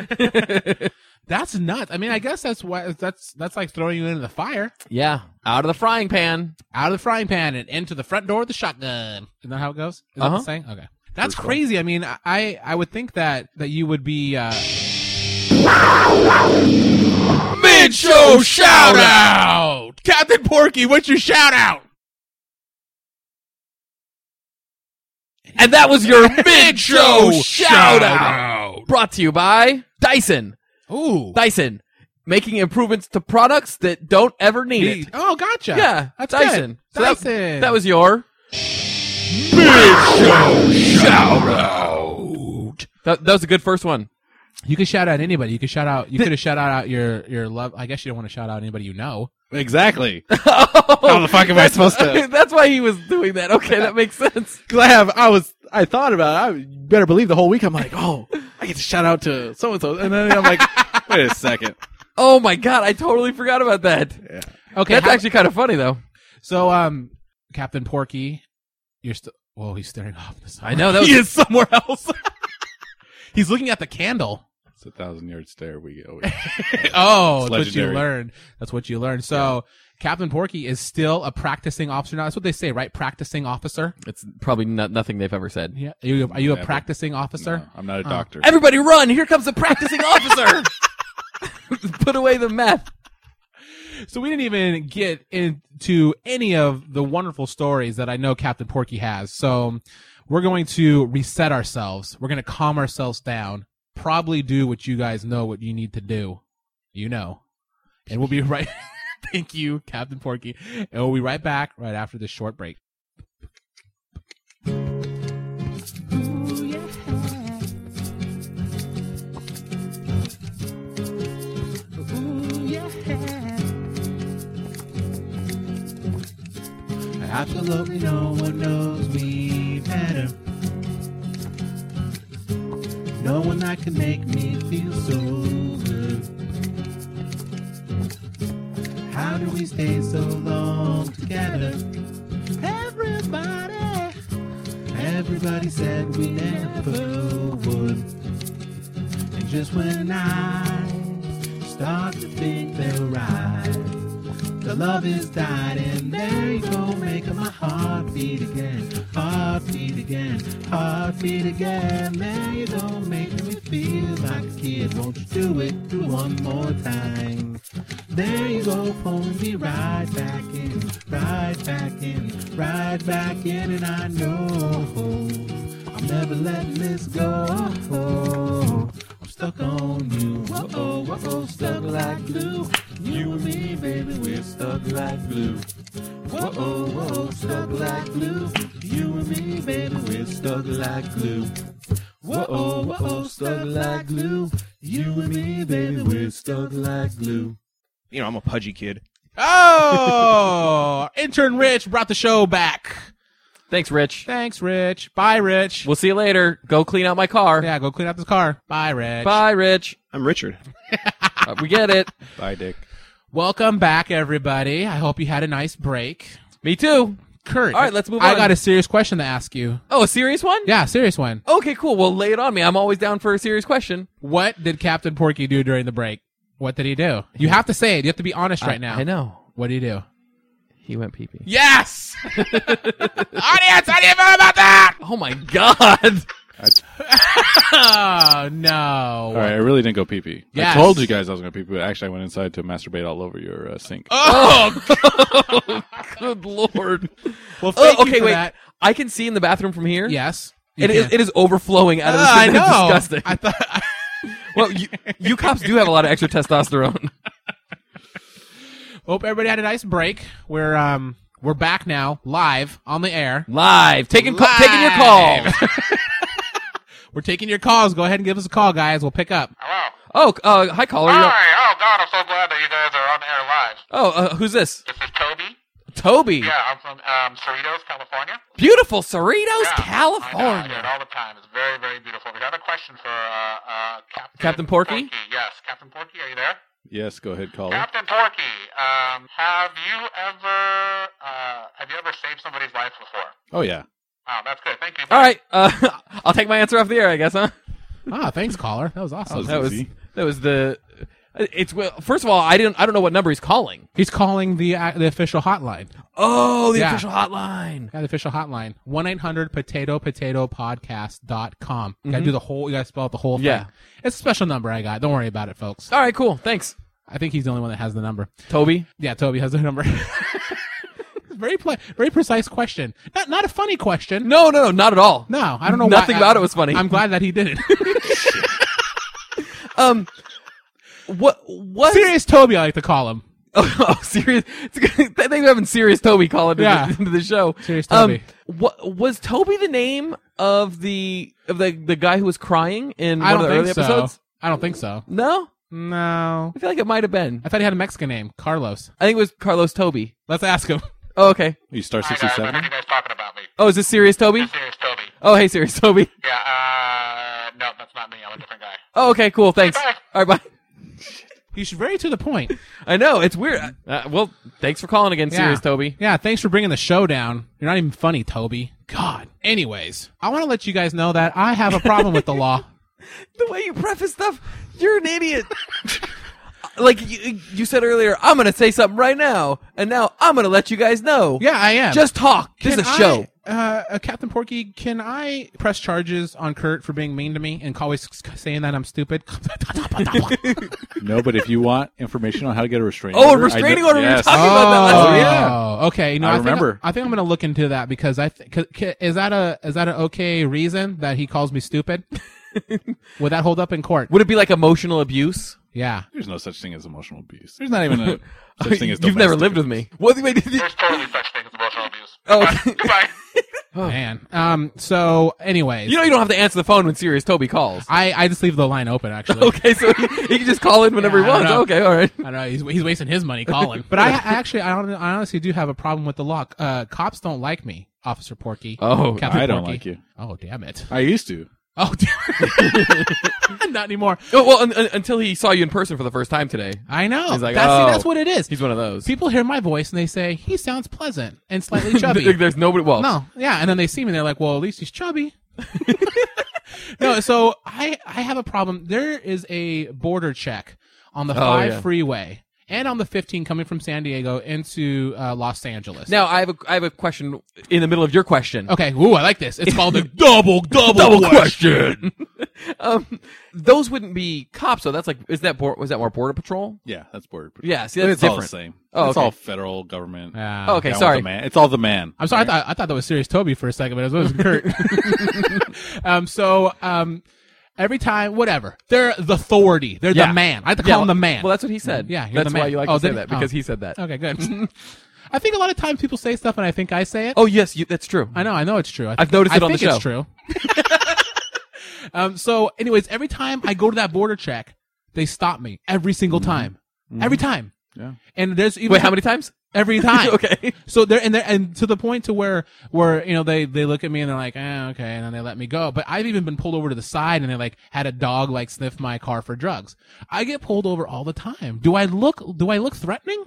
That's nuts. I mean, I guess that's why that's that's like throwing you into the fire, yeah. Out of the frying pan. out of the frying pan, and into the front door with the shotgun. Isn't that how it goes? Is that Uh-huh. the saying? Okay, that's First one. crazy. I mean, I I would think that that you would be. Uh, Mid show shout out, Captain Porky. What's your shout out? And that was your mid show shout out. Brought to you by Dyson. Ooh. Dyson, making improvements to products that don't ever need it. Oh, gotcha. Yeah, that's Dyson. Good. So that- Dyson. That, That was your mid show shout out. That, that was a good first one. You could shout out anybody. You could shout out. You could have shout out your your love. I guess you don't want to shout out anybody you know. Exactly. How the fuck am I supposed to- That's why he was doing that. Okay, that makes sense. Cause I have, I was, I thought about it. I you better believe the whole week. I'm like, oh, I get to shout out to so and so, and then I'm like, wait a second. Oh my god, I totally forgot about that. Okay. That's how- actually kind of funny though. so, um, Captain Porky, you're still. Whoa, he's staring off the side. I know that was he is somewhere else. he's looking at the candle. It's a thousand yard stare. We always. Oh, that's what It's you legendary. learned. That's what you learned. So. Captain Porky is still a practicing officer now. That's what they say, right? Practicing officer. It's probably not, nothing they've ever said. Yeah. Are you, are you a Never. practicing officer? No, I'm not a Uh, doctor. Everybody run! Here comes the practicing officer! Put away the meth. So we didn't even get into any of the wonderful stories that I know Captain Porky has. So we're going to reset ourselves. We're going to calm ourselves down. Probably do what you guys know what you need to do. You know. And we'll be right Thank you, Captain Porky. And we'll be right back right after this short break. Absolutely no one knows me better. No one that can make me feel so blue. How do we stay so long together? Everybody, everybody said we never would. And just when I start to think they'll rise. The love is died, and there you go, making my heart beat again, heart beat again, heart beat again. There you go, making me feel like a kid. Won't you do it, do it one more time? There you go, pulling me right back in, right back in, right back in, and I know I'm never letting this go. I'm stuck on you, whoa, whoa, stuck like glue. You and me, baby, we're stuck like glue. Whoa, whoa, stuck like glue. You and me, baby, we're stuck like glue. Whoa, whoa, stuck like glue. You and me, baby, we're stuck like glue. You know, I'm a pudgy kid. Oh, intern Rich brought the show back. Thanks, Rich. Thanks, Rich. Bye, Rich. We'll see you later. Go clean out my car. Yeah, go clean out this car. Bye, Rich. Bye, Rich. I'm Richard. Uh, we get it. Bye, Dick. Welcome back, everybody. I hope you had a nice break. Me too. Kurt. All right, let's move I on. got a serious question to ask you. Oh, a serious one? Yeah, serious one. Okay, cool. Well, lay it on me. I'm always down for a serious question. What did Captain Porky do during the break? What did he do? You have to say it. You have to be honest right now. I know. What did he do? He went pee pee. Yes! Audience, how do you feel about that? Oh my god. Oh, no. All right, I really didn't go pee pee. Yes. I told you guys I was going to pee pee, but actually I went inside to masturbate all over your uh, sink. Oh, Good lord. well, Oh, thank you okay, for wait. that. I can see in the bathroom from here. Yes. you It is, can. it is overflowing out of Ah, the I know. sink. It's disgusting. I thought. well, you, you cops do have a lot of extra testosterone. Hope everybody had a nice break. We're um we're back now, live on the air. Live. Taking, ca- taking your call. We're taking your calls. Go ahead and give us a call, guys. We'll pick up. Hello. Oh, uh, hi, caller. Ah. You're- Hi. Oh God, I'm so glad that you guys are on air live. Oh, uh, who's this? This is Toby. Toby. Yeah, I'm from um, Cerritos, California. Beautiful Cerritos, Yeah, I, know, I hear it California. all the time. It's very, very beautiful. We got a question for uh, uh, Captain, Captain Porky? Oh. Yes, Captain Porky, are you there? Yes, go ahead, call Captain Porky, um, have you ever uh, have you ever saved somebody's life before? Oh, yeah. Oh, that's good. Thank you. All right. Uh, I'll take my answer off the air, I guess, huh? Ah, thanks, caller. That was awesome. was- That was Easy. that was the. It's well. First of all, I didn't. I don't know what number he's calling. He's calling the uh, the official hotline. Oh, the Yeah. official hotline. Yeah, the official hotline. 1 800 potato potato podcast.com. You gotta do the whole, you gotta spell out the whole thing. Mm-hmm. Yeah. It's a special number I got. Don't worry about it, folks. All right, cool. Thanks, I think he's the only one that has the number. Toby. Yeah, Toby has the number. very, pl- very precise question. Not, not a funny question. No, no, no, not at all. No, I don't know. Nothing why, about I- it was funny. I'm glad that he did it. Um, what? What? Serious Toby, I like to call him. Oh, oh, serious. It's good. Thank you for having serious Toby call into, Yeah. the, into the show. Serious Toby. Um, what was Toby the name of the of the the guy who was crying in I one of don't the early think so. episodes? I don't think so. No, No. I feel like it might have been. I thought he had a Mexican name, Carlos. I think it was Carlos Toby. Let's ask him. Oh, okay. You star Hi guys, uh, I heard 67? you guys talking about me. Oh, is this serious Toby? Serious Toby. Oh, hey, serious Toby. Yeah. Uh, no, that's not me. I'm a different guy. Oh, okay, cool. Thanks. All right, bye. He's very to the point. I know it's weird. Uh, well, thanks for calling again, Yeah. serious Toby. Yeah, thanks for bringing the show down. You're not even funny, Toby. God. Anyways, I want to let you guys know that I have a problem with the law. The way you preface stuff, you're an idiot. like you, you said earlier, I'm gonna say something right now, and now I'm gonna let you guys know. Yeah, I am. just talk. This is a Can show. I, uh, uh, Captain Porky, can I press charges on Kurt for being mean to me and always saying that I'm stupid? no, but if you want information on how to get a restraining Oh, a order. I restraining know- order. We were Yes. talking about that last Oh, week. yeah. Okay. No, I, I think- remember. I think I'm going to look into that because I think is that a is that an okay reason that he calls me stupid? Would that hold up in court? Would it be like emotional abuse? Yeah. There's no such thing as emotional abuse. There's not even a such thing as You've never domestic lived with abuse. me. What? Wait, did you- There's totally such thing as emotional abuse. Oh. Goodbye. Goodbye. Man. Um. So, anyways, you know you don't have to answer the phone when serious Toby calls. I I just leave the line open actually. Okay, so he, he can just call in whenever Yeah, he I don't wants. know. Okay, all right. I don't know. He's, he's wasting his money calling. But I, I actually, I, hon- I honestly do have a problem with the law. Uh, cops don't like me, Officer Porky. Oh, Captain I don't Porky. like you. Oh, damn it. I used to. Oh, damn Not anymore. Oh, well, un- un- until he saw you in person for the first time today, I know. He's like, that's, see, oh. that's what it is. he's one of those. People hear my voice and they say, he sounds pleasant and slightly chubby. There- There's nobody. Well, No, yeah, and then they see me, and they're like, "Well, at least he's chubby." no, so I I have a problem. There is a border check on the Oh, five yeah. freeway and on the 15 coming from San Diego into uh, Los Angeles. Now I have a I have a question in the middle of your question. okay, ooh, I like this. It's called the double double, question. um, those wouldn't be cops though. That's like is that bor- was that more border patrol? Yeah, that's border. Patrol. Yeah, see, that's it's all the different. same. Oh, it's okay. all federal government. Yeah. Oh, okay, Down with sorry. the man. It's all the man. I'm sorry. I thought I thought that was serious Toby for a second, but it was, it was Kurt. um, so um, every time, whatever, they're the authority. They're Yeah. the man. I have to call Yeah, him the man. Well, that's what he said. Yeah, you're that's the why man. you like Oh, to say did- that because oh. he said that. okay. Good. I think a lot of times people say stuff, and I think I say it. Oh yes, you, that's true. I know, I know it's true. I I've noticed I it on the think It's true. um. So, anyways, every time I go to that border check, they stop me every single time. Every time. Yeah. And there's even Mm-hmm. Wait, how many times? every time. okay. So they're and they're and to the point to where where you know they they look at me and they're like, eh, okay, and then they let me go. But I've even been pulled over to the side and they like had a dog like sniff my car for drugs. I get pulled over all the time. Do I look do I look threatening?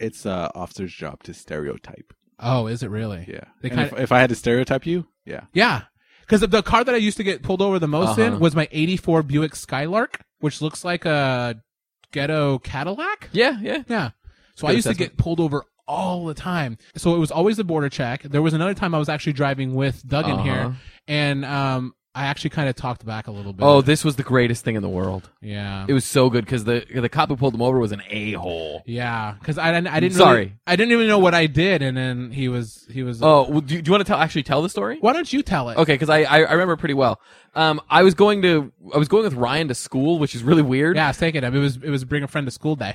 It's uh officer's job to stereotype. Oh, is it really? Yeah. They And kinda- if, if I had to stereotype you, yeah. Yeah. Because the car that I used to get pulled over the most in Uh-huh. was my 84 Buick Skylark, which looks like a ghetto Cadillac. Yeah, yeah. Yeah. So Good I used to assessment. get pulled over all the time. So it was always the border check. There was another time I was actually driving with Doug in Uh-huh. here, and um, I actually kind of talked back a little bit. Oh, this was the greatest thing in the world. yeah. It was so good because the the cop who pulled him over was an a hole. yeah, because I didn't. I didn't. Sorry. really, I didn't even know what I did, and then he was. He was. Oh, well, do, you- do you want to tell actually tell the story? why don't you tell it? Okay, because I, I I remember pretty well. Um, I was going to I was going with Ryan to school, which is really weird. Yeah, take it up. It was. It was bring a friend to school day.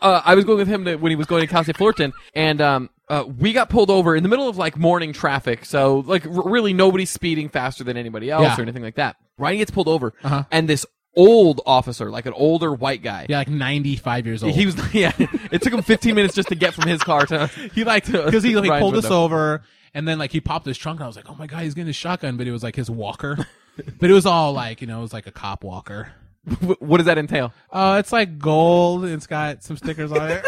uh, I was going with him to, when he was going to Cal State Fullerton, and um, uh, we got pulled over in the middle of like morning traffic. So like r- really nobody's speeding faster than anybody else Yeah. or anything like that. Ryan gets pulled over, Uh-huh. and this old officer, like an older white guy, yeah, like 95 years old. he was yeah. It took him 15 minutes just to get from his car to he like because he like Ryan's pulled us window. over and then like he popped his trunk and I was like, oh my god, he's getting his shotgun, but it was like his walker, but it was all like you know it was like a cop walker. Wh- what does that entail? Uh, it's like gold. It's got some stickers on it.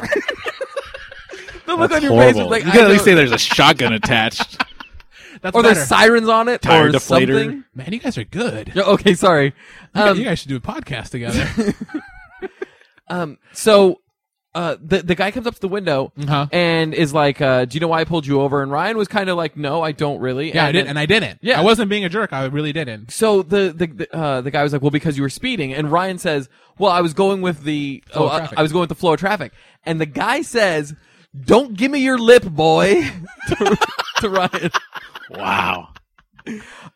The look That's on your face horrible. is like you I gotta at least don't- say there's a shotgun attached. That's or better. there's sirens on it Tire or deflator. something. Man, you guys are good. Yeah, okay, sorry. Um, you guys should do a podcast together. um, so uh, the the guy comes up to the window Uh-huh. and is like, uh, "Do you know why I pulled you over?" And Ryan was kind of like, "No, I don't really." Yeah, I did, then- and I didn't. Yeah. I wasn't being a jerk. I really didn't. so the the the, uh, the guy was like, "Well, because you were speeding," and Ryan says, "Well, I was going with the Flow oh, of I- traffic. I, was going with the flow of traffic," and the guy says, "Don't give me your lip, boy," to, to Ryan. wow.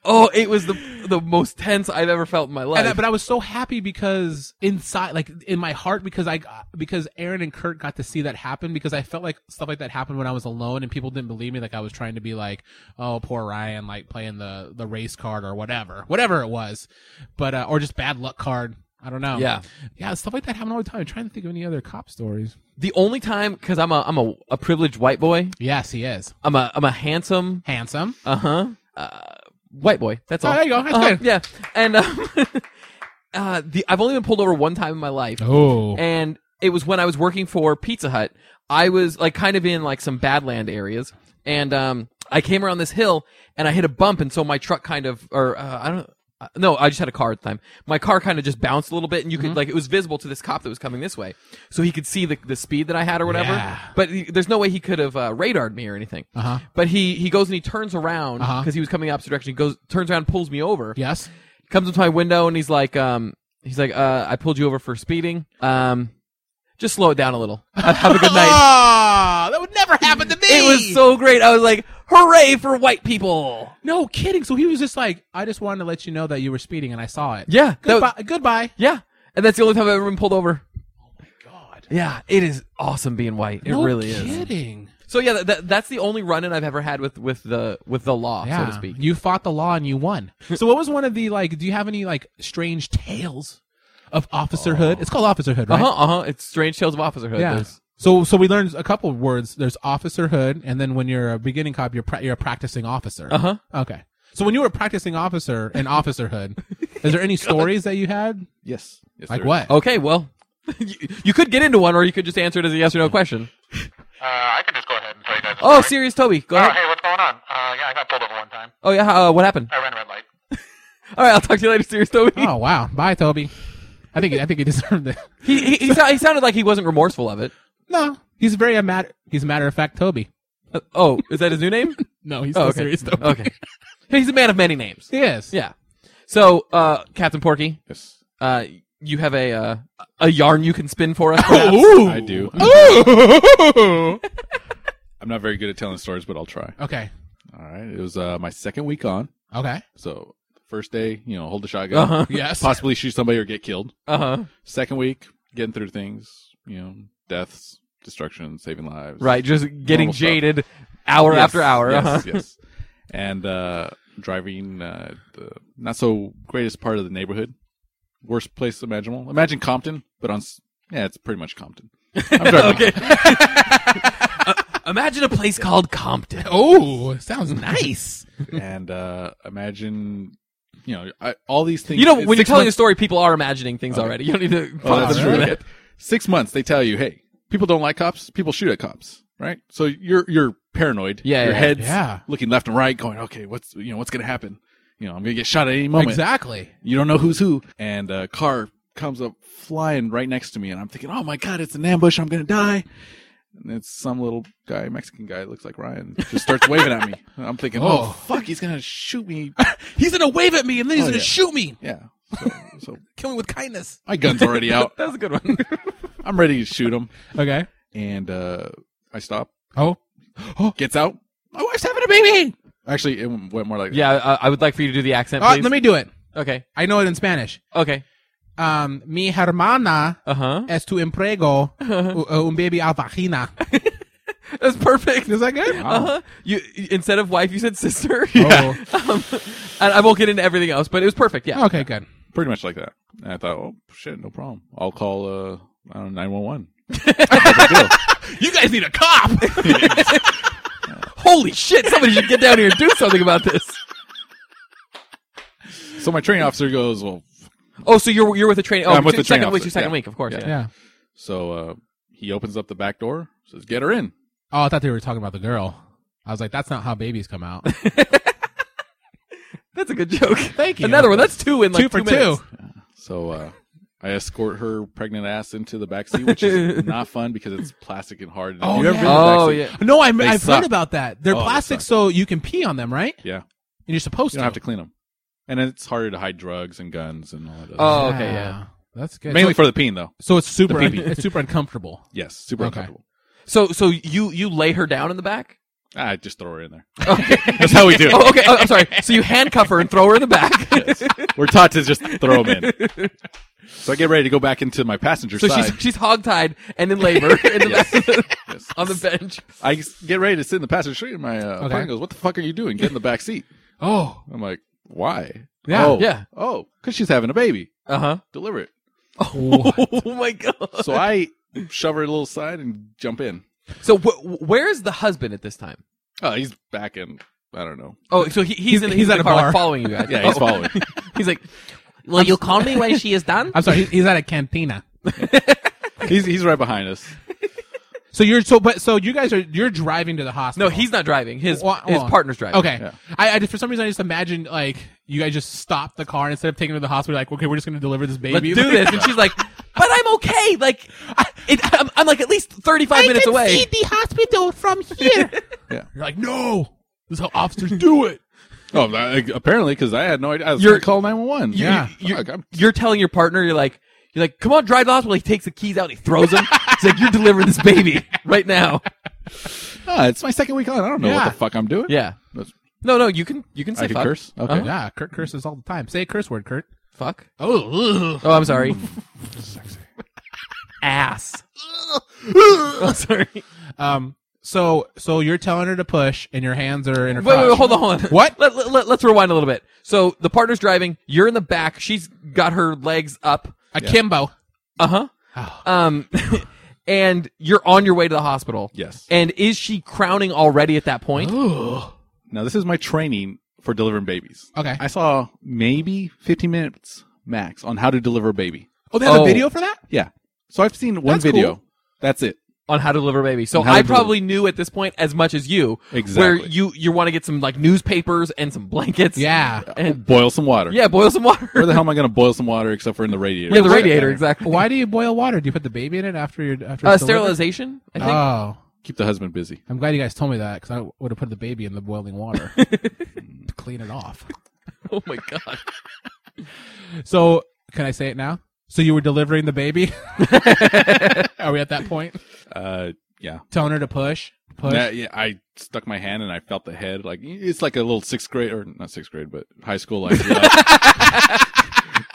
Oh, it was the the most tense I've ever felt in my life. And I, but I was so happy because inside, like in my heart, because I because Aaron and Kurt got to see that happen because I felt like stuff like that happened when I was alone and people didn't believe me. Like I was trying to be like, oh, poor Ryan, like playing the the race card or whatever, whatever it was, but uh, or just bad luck card. I don't know. Yeah. yeah, stuff like that happened all the time. I'm trying to think of any other cop stories. the only time, because I'm a I'm a, a privileged white boy. Yes, he is I'm a I'm a handsome handsome. Uh-huh. Uh White boy. That's Oh, all. there you go. That's Uh-huh. good. Yeah. And um, uh, the I've only been pulled over one time in my life, Oh, and it was when I was working for Pizza Hut. I was like kind of in like some badland areas, and um, I came around this hill and I hit a bump, and so my truck kind of or uh, I don't. uh, No, I just had a car at the time. My car kind of just bounced a little bit, and you could Mm-hmm. like it was visible to this cop that was coming this way, so he could see the, the speed that I had or whatever. Yeah. But he, there's no way he could have uh, radared me or anything. Uh-huh. But he he goes and he turns around Uh-huh. because he was coming the opposite direction. He goes turns around, pulls me over. yes. Comes up to my window and he's like, um, he's like, uh, I pulled you over for speeding. Um, just slow it down a little. Have, have a good night. Ah, that would never happen to me. It was so great. I was like, hooray for white people. no kidding. So he was just like, I just wanted to let you know that you were speeding and I saw it. Yeah. that was- Goodbye. goodbye. yeah. And that's the only time I've ever been pulled over. God. Yeah, it is awesome being white. It really is. kidding. So yeah, that, that, that's the only run-in I've ever had with with the with the law, Yeah. so to speak. You fought the law and you won. so what was one of the like do you have any like strange tales of officerhood? It's called officerhood, Uh right? huh. Uh huh. It's strange tales of officerhood. Yeah. There's- So so we learned a couple of words. There's officerhood and then when you're a beginning cop you're pra- you're a practicing officer. Uh-huh. Okay. So when you were a practicing officer in officerhood, is there any stories that you had? Yes. yes Like there is. what? Okay, well, you, you could get into one, or you could just answer it as a yes or no question. Uh, I can just go ahead and tell you guys. a Oh, story. serious, Toby. Go Oh, ahead. hey, what's going on? Uh, yeah, I got pulled over one time. Oh yeah, uh, what happened? I ran a red light. All right, I'll talk to you later, serious Toby. Oh wow. Bye Toby. I think I think he deserved it. He he, he, sou- he sounded like he wasn't remorseful of it. No, he's very a matter. He's a matter of fact Toby. Uh, Oh, is that his new name? No, he's still Oh, okay. serious Toby. Okay. He's a man of many names. He is. Yeah. So, uh, Captain Porky, Yes. uh, you have a uh, a yarn you can spin for us. perhaps? Ooh. I do. Ooh. I'm not very good at telling stories, but I'll try. okay. All right. It was uh, my second week on. Okay. So, first day, you know, hold the shotgun, Uh-huh. Yes. possibly shoot somebody or get killed. Uh-huh. Second week, getting through things, you know, deaths, destruction, saving lives. Right, just getting Normal stuff. jaded hour Yes, after hour. Yes, uh-huh. yes. And uh, driving uh, the not so greatest part of the neighborhood, worst place imaginable. Imagine Compton, but on s- yeah, it's pretty much Compton. I'm driving. Okay. Uh, imagine a place called Compton. Oh, sounds nice. and uh, imagine you know I, all these things. You know, it's when you're six telling a months, story, people are imagining things Okay. already. You don't need to. Oh, that's All true. right. Okay. Six months, they tell you, hey, people don't like cops. People shoot at cops, right? So you're you're paranoid. Yeah, your yeah, head's yeah. looking left and right, going, okay, what's you know what's gonna happen? You know, I'm gonna get shot at any moment. Exactly. You don't know who's who. And a car comes up flying right next to me, and I'm thinking, oh my god, it's an ambush. I'm gonna die. And it's some little guy, Mexican guy, looks like Ryan, just starts waving at me. And I'm thinking, oh Oh. fuck, he's gonna shoot me. He's gonna wave at me and then he's Oh, gonna yeah. shoot me. Yeah. So, so Kill me with kindness. my gun's already out. That was a good one. I'm ready to shoot him. Okay. And uh, I stop. Oh. Gets out. My wife's having a baby. Actually, it went more like yeah, uh, I would like for you to do the accent, All right, please. let me do it. Okay. I know it in Spanish. Okay. Um, mi hermana Uh huh. es tu emprego u- un baby a vagina. That's perfect. Is that good? Uh huh. You instead of wife, you said Oh. sister. Yeah. um, and I won't get into everything else, but it was perfect. Yeah. Okay, good. pretty much like that. And I thought, oh shit, no problem. I'll call uh, I don't know, nine one one. You guys need a cop. Holy shit! Somebody should get down here and do something about this. So my training officer goes, well, Oh, so you're you're with the train? Oh, I'm with two- the train second week, officer, your second yeah. week, of course. Yeah. Yeah. Yeah. so uh, he opens up the back door, says, get her in. Oh, I thought they were talking about the girl. I was like, that's not how babies come out. that's a good joke. Thank you. Another one. That's two in like two for minutes. two. So uh, I escort her pregnant ass into the back seat, which is not fun because it's plastic and hard. Oh, You yeah. ever been in the back Oh seat? yeah. No, I'm, They I've suck. heard about that. They're Oh, they plastic, suck. so you can pee on them, right? Yeah. And you're supposed You don't have to clean them, and it's harder to hide drugs and guns and all that. Other Oh, stuff. okay, yeah. Ah, That's good. mainly so, for the peeing though. so it's super the pee-pee. it's super uncomfortable. Yes, super Okay. uncomfortable. So so you you lay her down in the back. I just throw her in there. Okay. That's how we do. oh, it. okay. Oh, I'm sorry. So you handcuff her and throw her in the back. We're taught to just throw them in. So I get ready to go back into my passenger so side. she's she's hogtied and in labor in the Yes. back Yes. on the bench. I get ready to sit in the passenger seat, and my uh, Okay. partner goes, "What the fuck are you doing? Get in the back seat." Oh. I'm like, "Why?" Yeah. Oh, Yeah. Oh, because she's having a baby. Uh huh. Deliver it. Oh my god. So I shove her a little side and jump in. So wh- where is the husband at this time? Oh, he's back in. I don't know. Oh, so he, he's, in, He's- he's in at the a car, like, bar. following you guys. Yeah, he's Oh. following. He's like, "Will you call me when she is done?" I'm sorry, he- he's at a cantina. he's he's right behind us. So you're so but so you guys are you're driving to the No, hospital. he's not driving. His Well, his well. partner's driving. Okay. Yeah. I, I just, for some reason I just imagined like you guys just stopped the car and instead of taking her to the hospital, like, okay, we're just gonna deliver this let's baby. do this. And she's like, "But I'm okay. Like, I, it, I'm, I'm like at least 35 minutes away." the hospital from here. Yeah. You're like, no, this is how officers do it. Oh, I, apparently, because I had no idea. I was You're- going to call 911. you- Yeah. you- Fuck, I'm- You're telling your partner, you're like, you're like, "Come on, drive to the hospital." He takes the keys out, and he throws them. He's like, "You're delivering this baby right now." Ah, it's my second week on. I don't know Yeah. what the fuck I'm doing. Yeah. That's- No, no, you can you can say I can fuck. curse? Okay. Uh-huh. Yeah, Kurt curses all the time. Say a curse word, Kurt. Fuck. Oh, Oh, I'm sorry. Ass. oh, sorry. Wait, um. So, so you're telling her to push, and your hands are in her. wait, wait, crotch. hold on, hold on. What? Let, let, us rewind a little bit. So the partner's driving. You're in the back. She's got her legs up. Akimbo. Uh huh. Oh. Um, and you're on your way to the hospital. Yes. And is she crowning already at that point? Now, this is my training for delivering babies. Okay. I saw maybe 15 minutes max on how to deliver a baby. Oh, they have Oh. a video for that. Yeah. So I've seen one That's video. cool. That's it. on how to deliver a baby. So On how to I deliver- probably knew at this point as much as you. Exactly. Where you you want to get some like newspapers and some blankets. Yeah. And boil some water. yeah, boil some water. Where the hell am I going to boil some water except for in the radiator? yeah, the radiator exactly. Why do you boil water? Do you put the baby in it after you're after Uh, it's delivered? sterilization, I think. Oh, Keep the husband busy. I'm glad you guys told me that because I would have put the baby in the boiling water to clean it off. oh my god. So can I say it now? So you were delivering the baby? Are we at that point? Uh, yeah. Telling her to push, push. Nah, yeah. I stuck my hand and I felt the head. Like it's like a little sixth grade or not sixth grade, but high school. Like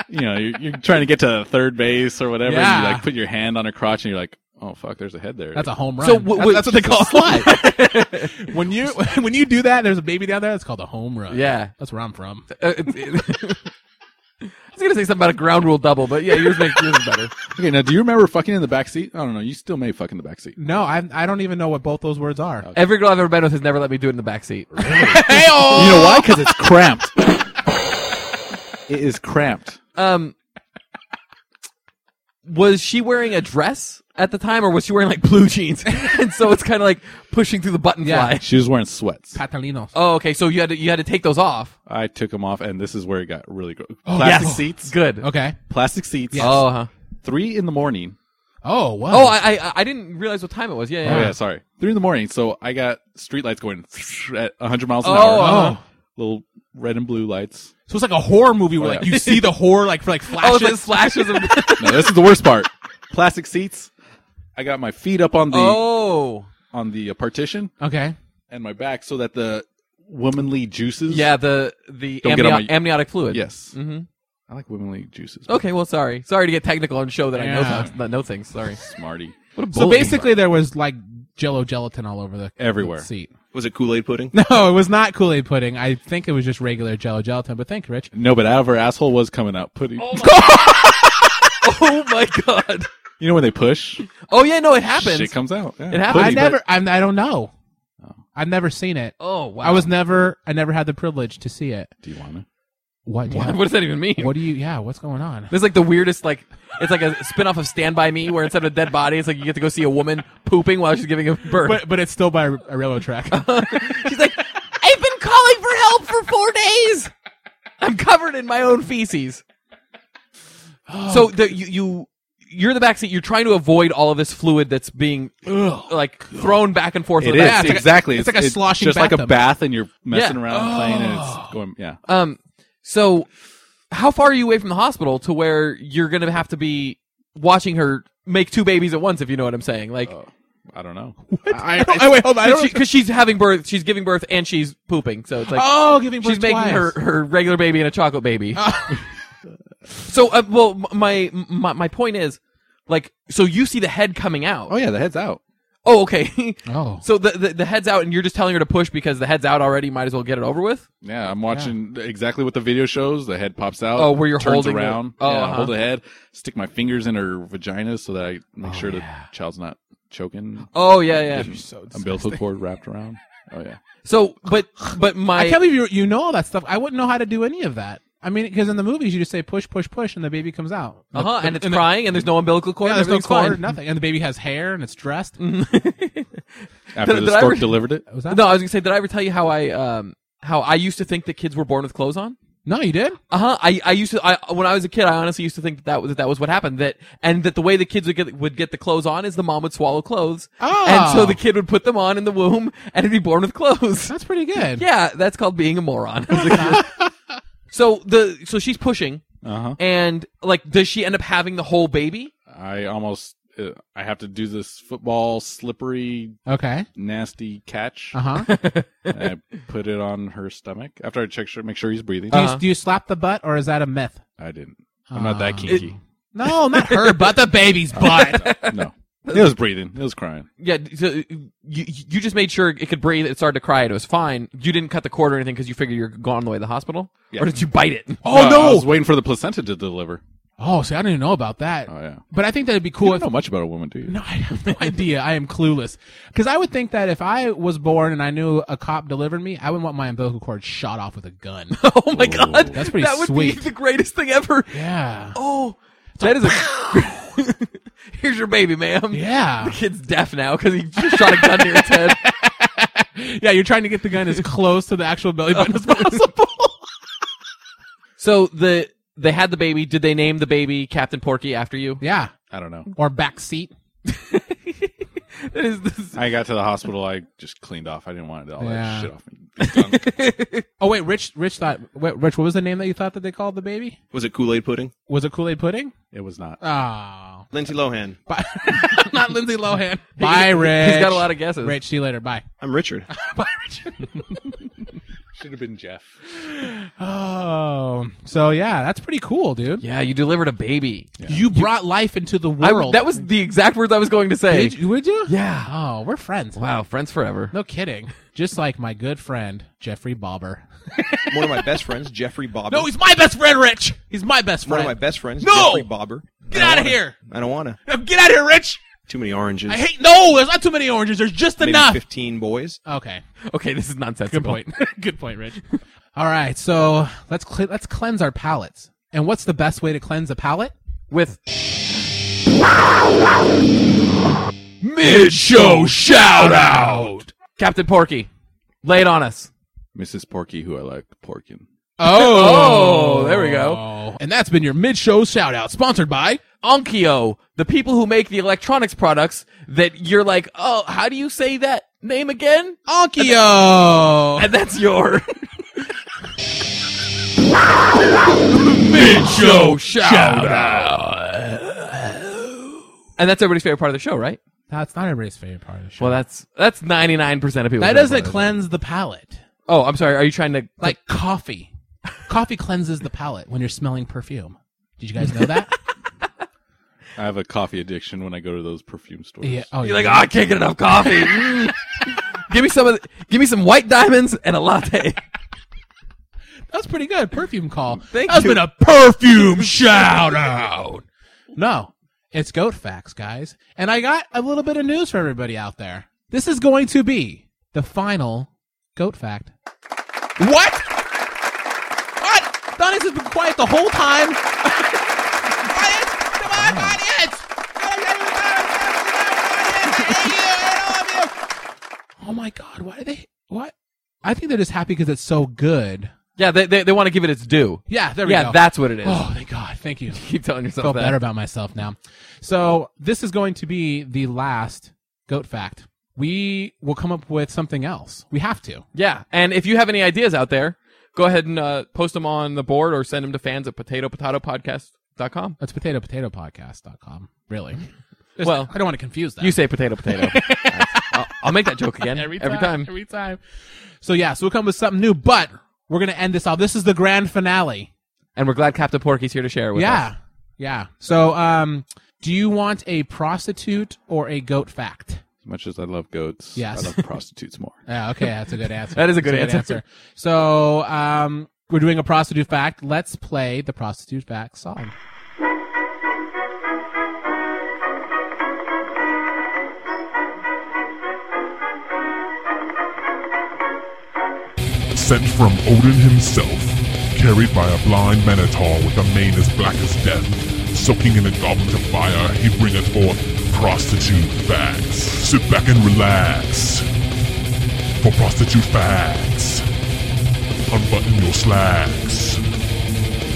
you know, you're, you're trying to get to third base or whatever. And Yeah. you like put your hand on her crotch and you're like, oh fuck, there's a head there. That's a home run. So w- that's, that's wait, what they call a slide. when you when you do that, there's a baby down there. That's called a home run. Yeah. that's where I'm from. Uh, it's- it- I was gonna say something about a ground rule double, but yeah, yours makes yours is better. okay. Now, do you remember fucking in the back seat? I don't know. You still may fuck in the back seat. No, I I don't even know what both those words are. Every girl I've ever been with has never let me do it in the back seat. You know why? Because it's cramped. it is cramped. Um, was she wearing a dress at the time, or was she wearing like blue jeans? and so it's kind of like pushing through the button Yeah. fly. She was wearing sweats. Patalinos. Oh, okay. So you had to you had to take those off. I took them off, and this is where it got really gross. Oh, Yes. Plastic seats. Good. Okay. Plastic seats. Oh, huh. Three in the morning. Oh wow. oh, I, I I didn't realize what time it was. Yeah, yeah. Oh, yeah, yeah. sorry. Three in the morning. So I got streetlights going at 100 miles an Oh, hour. uh-huh. Little red and blue lights. so it's like a horror movie where Oh, like yeah. you see the horror like for like Oh, it's like flashes. flashes of. No, this is the worst part. Plastic seats. I got my feet up on the oh, on the uh, partition okay. and my back so that the womanly juices. yeah. The the Don't get on amnio- my- amniotic fluid. Yes. hmm I like womanly juices. Okay. Well, sorry. Sorry to get technical and show that Yeah. I know that know things. Sorry. Smarty. So basically, there was like Jello gelatin all over the Everywhere. the seat. Was it Kool Aid pudding? No, it was not Kool Aid pudding. I think it was just regular Jello gelatin. But thank you, Rich. No, but out of her asshole was coming out. Putting, oh my god. you know when they push, Oh yeah. No, it happens. shit comes out. Yeah. It happens. I Pudding, never. I'm, I don't know. I've never seen it. oh wow. I was never. I never had the privilege to see it. Do you want to? What? What What, does that even mean? what do you? Yeah. What's going on? There's like the weirdest like it's like a spin off of Stand By Me where instead of a dead body, it's like you get to go see a woman pooping while she's giving a birth. But but it's still by a railroad track. she's like, I've been calling for help for four days. I'm covered in my own feces. Oh. so the, you, you you're in the backseat. You're trying to avoid all of this fluid that's being like thrown back and forth. It with is that. it's like a- exactly. it's like a sloshing just like a bathtub. bath, and you're messing Yeah. around playing, and it's going. Yeah, Um. So, how far are you away from the hospital to where you're gonna have to be watching her make two babies at once? If you know what I'm saying, Oh. like. I don't know. I, I, wait, hold on. I don't- because she's having birth, she's giving birth, and she's pooping. So it's like oh, giving birth she's making twice. Oh. her, her regular baby and a chocolate baby. so, uh, well, m- my, my my point is, like, so you see the head coming out. Oh yeah, the head's out. Oh, okay. Oh. so the, the the head's out, and you're just telling her to push because the head's out already. Might as well get it over with. Yeah, I'm watching exactly what the video shows. The head pops out. Oh, where you're turns holding the- around. Oh, yeah, uh-huh. hold the head. Stick my fingers in her vagina so that I make sure the child's not choking. Oh yeah, yeah. Umbilical cord wrapped around. Oh yeah. So, but but my I can't believe you you know all that stuff. I wouldn't know how to do any of that. I mean, because in the movies you just say push, push, push, and the baby comes out. uh-huh, and it's crying, and there's no umbilical cord. Yeah, and there's no everything's fine. cord, nothing, and the baby has hair and it's dressed. After Did- the did I stork re- delivered it. Was that? No, I was gonna say, did I ever tell you how I um how I used to think that kids were born with clothes on? no, you did. Uh huh. I, I used to I when I was a kid, I honestly used to think that that was that was what happened. That and that the way the kids would get would get the clothes on is the mom would swallow clothes, Oh. and so the kid would put them on in the womb and he'd be born with clothes. That's pretty good. yeah, that's called being a moron. so the so she's pushing, Uh huh. and like, does she end up having the whole baby? I almost. Uh, I have to do this football slippery Okay. nasty catch. Uh huh. Do, And I put it on her stomach after I check sure, make sure he's breathing. Uh-huh. you, do you slap the butt or is that a myth? I didn't. I'm not that Ah. kinky. No, not her, but the baby's butt. no. It was breathing. It was crying. Yeah, so you you just made sure it could breathe. It started to cry. and It was fine. You didn't cut the cord or anything because you figured you're gone on the way to the hospital. Yeah. Or did you bite it? Oh, no. I was waiting for the placenta to deliver. oh, see, I didn't even know about that. Oh yeah. But I think that'd be You cool don't if know much about a woman, do you? No, I have no idea. I am clueless. Because I would think that if I was born and I knew a cop delivered me, I would want my umbilical cord shot off with a gun. Oh my god, that's pretty That would sweet. be the greatest thing ever. yeah. Oh, that is a Here's your baby, ma'am. The Yeah. kid's deaf now because he just shot a gun near his head. yeah, you're trying to get the gun as close to the actual belly button as possible. So the they had the baby. Did they name the baby Captain Porky after you? yeah. I don't know. Or back seat. That is this. I got to the hospital. I just cleaned off. I didn't want all Yeah. that shit off me. Oh wait, Rich Rich thought wait, Rich, what was the name that you thought that they called the baby? Was it Kool Aid pudding? Was it Kool-Aid pudding? It was not. Oh. Lindsay Lohan. Bye. Not Lindsay Lohan. Bye, Rich. He's got a lot of guesses. Rich, see you later. Bye. I'm Richard. Bye, Rich. Should have been Jeff. Oh, so yeah, that's pretty cool, dude. Yeah, you delivered a baby. You brought life into the I- world. that was the exact words I was going to say. Did you, would you? Yeah. Oh, we're friends. Wow, friends forever. No kidding. Just like my good friend Jeffrey Bobber. One of my best friends, Jeffrey Bobber. No, he's my best friend, Rich. He's my best one friend. of my best friends, No! Jeffrey Bobber. Get I don't out of wanna- here. I don't want to. Get out of here, Rich. Too many oranges. I hate. No, there's not too many oranges. There's just Maybe enough. 15 boys. Okay. Okay, this is nonsensical. Good point. good point, Rich. All right, so let's cle let's cleanse our palates. And what's the best way to cleanse a palate? With Mid show shout out. Captain Porky, lay it on us. Mrs. Porky, who I like, Porkin. Oh, Oh, there we go. And that's been your mid show shout out, sponsored by Onkyo, the people who make the electronics products that you're like, oh, how do you say that name again? Onkyo. And that's your Mid show shout And that's everybody's favorite part of the show, right? That's not everybody's favorite part of the show. Well, that's that's ninety nine percent of people. that doesn't cleanse the palate. Oh, I'm sorry. Are you trying to Like coffee. coffee cleanses the palate when you're smelling perfume. Did you guys know that? I have a coffee addiction when I go to those perfume stores. yeah. Oh, You're like, oh, I can't get enough coffee. Mm. give me some of, the, give me some white diamonds and a latte. That was pretty good. Perfume call. Thank That's you. been a perfume shout out. No, it's goat facts, guys. And I got a little bit of news for everybody out there. This is going to be the final goat fact. What? What? Donis has been quiet the whole time. Donis, come on, Donis. Oh my god, why are they what? I think they're just happy because it's so good. Yeah, they they, they want to give it its due. Yeah, there we yeah, go. that's what it is. oh, thank God. Thank you. Keep telling yourself Felt that. better about myself now. So this is going to be the last goat fact. We will come up with something else. We have to. Yeah, and if you have any ideas out there, go ahead and uh, post them on the board or send them to fans at potato potato podcast.com. That's potato potato podcast.com. Really? There's- Well, I don't want to confuse that. You say potato potato. I'll, I'll make that joke again every, time, every time. So yeah, so we'll come with something new, but we're going to end this off. This is the grand finale. And we're glad Captain Porky's here to share it with yeah. us. Yeah. So, um, do you want a prostitute or a goat fact? As much as I love goats, Yes. I love prostitutes more. Yeah, okay, that's a good answer. That is a good That's answer. So, um, we're doing a prostitute fact. Let's play the prostitute fact song. sent from Odin himself, carried by a blind minotaur with a mane as black as death. Soaking in a goblet of fire, he bringeth forth prostitute facts. Sit back and relax for prostitute facts. Unbutton your slacks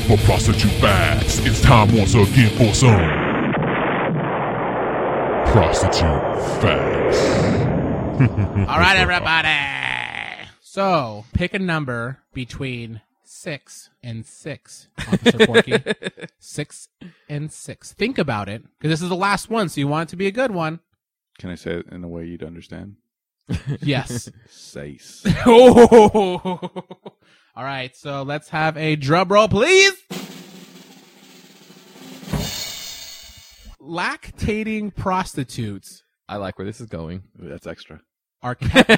for prostitute facts. It's time once again for some prostitute facts. All right, everybody. So, pick a number between six and six, Officer Porky. six and six. Think about it, because this is the last one, so you want it to be a good one. Can I say it in a way you'd understand? Yes. Sace. oh. All right, so let's have a drum roll, please. Lactating prostitutes I like where this is going. That's extra. are kept,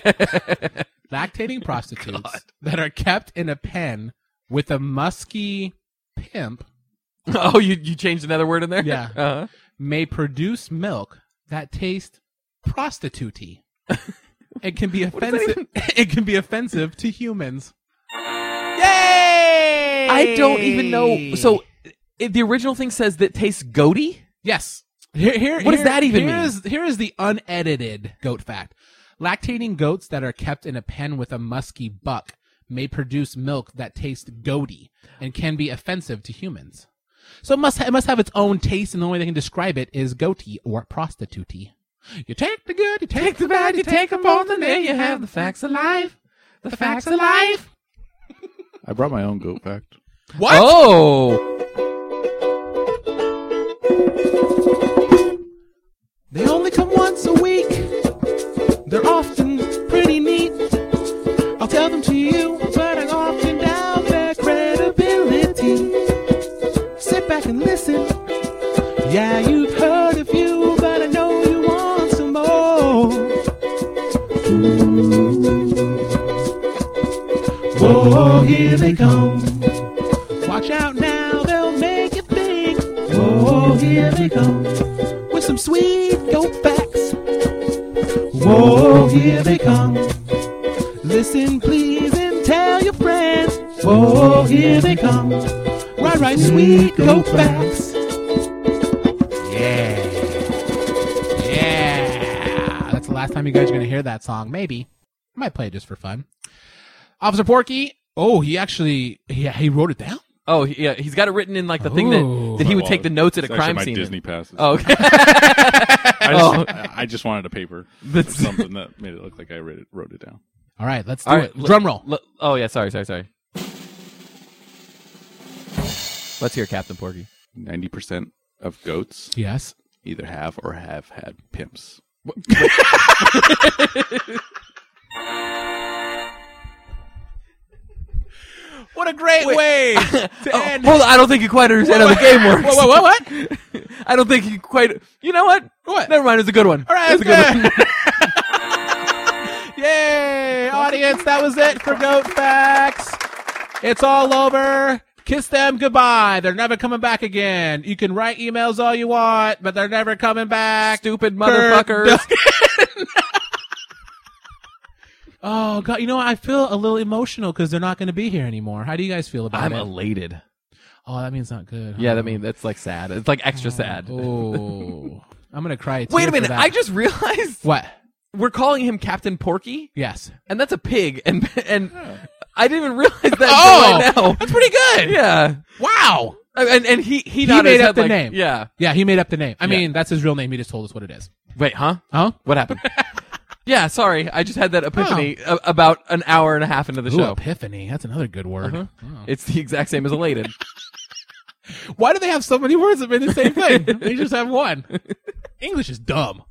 lactating prostitutes that are kept in a pen with a musky pimp oh, you, you changed another word in there? Yeah. Uh-huh. may produce milk that tastes prostitutey. it can be does that offensive. it can be offensive to humans. I don't even know. So i the original thing says that tastes goaty? Yes. Here, here, What does here- that even here mean? is- here is the unedited goat fact. Lactating goats that are kept in a pen with a musky buck may produce milk that tastes goaty and can be offensive to humans. So it must, it must have its own taste, and the only way they can describe it is goaty or prostitutey. You take the good, you take, the bad, you take them both, and there you have the facts of life. The facts of life. I brought my own goat fact. What? Oh, They only come once a week. They're often pretty neat. I'll tell them to you, but I often doubt their credibility. Sit back and listen. Yeah, you've heard a few, but I know you want some more. Whoa, here they come. Watch out now, they'll make you think. Whoa, here they come with some sweet goat facts. Whoa, here they come. Listen, please, and tell your friends. Whoa, here they come. Right, right, sweet goat facts. Yeah. Yeah. That's the last time you guys are going to hear that song. Maybe. I might play it just for fun. Officer Porky. Oh, he actually, yeah, he wrote it down. oh, he- yeah. He's got it written in like the thing that, Ooh. that he would Well, take the notes at a it's actually crime my scene. in. Disney passes. Oh, okay. I oh. just, I just wanted a paper or That's- something that made it look like I read it, wrote it down. All right, let's do All it. right, l- Drum roll. l- oh yeah, sorry, sorry, sorry. Let's hear Captain Porky. Ninety percent of goats yes. either have or have had pimps. What a great way to Oh, hold on, I don't think you quite understand how the game works. Whoa, whoa, whoa, what? I don't think you quite. You know what? What? Never mind. It's a good one. All right, it's a good one. Yay, audience, that was it for Goat Facts. It's all over. Kiss them goodbye. They're never coming back again. You can write emails all you want, but they're never coming back. Stupid motherfuckers. Oh god, you know what? I feel a little emotional because they're not going to be here anymore. How do you guys feel about I'm it? elated. oh, that means not good. Yeah, huh? I mean that's like sad. It's like extra sad. Oh, I'm gonna cry. a tear Wait oh, for a minute. that. I just realized what? we're calling him Captain Porky, Yes. and that's a pig. And and I didn't even realize that until Oh, that's pretty right now. good. Yeah. Wow. I- And and he he, nodded made his up head the like- name. Yeah. Yeah, he made up the name. I mean, that's his real name. He just told us what it is. Wait, huh? Huh? What happened? yeah, sorry. I just had that epiphany Oh. a- about an hour and a half into the Ooh, show. epiphany. That's another good word. Uh-huh. It's the exact same as elated. Why do they have so many words that mean the same thing? they just have one. English is dumb.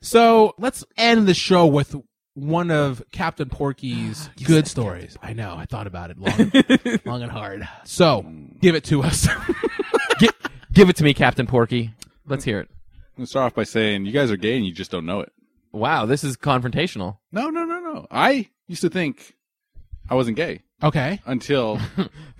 So let's end the show with one of Captain Porky's good stories. I know. I thought about it long, long and hard. So give it to us. Gi- give it to me, Captain Porky. Let's hear it. I'm gonna start off by saying you guys are gay and you just don't know it. Wow, this is confrontational. No, no, no, no. I used to think I wasn't gay okay. Oh. until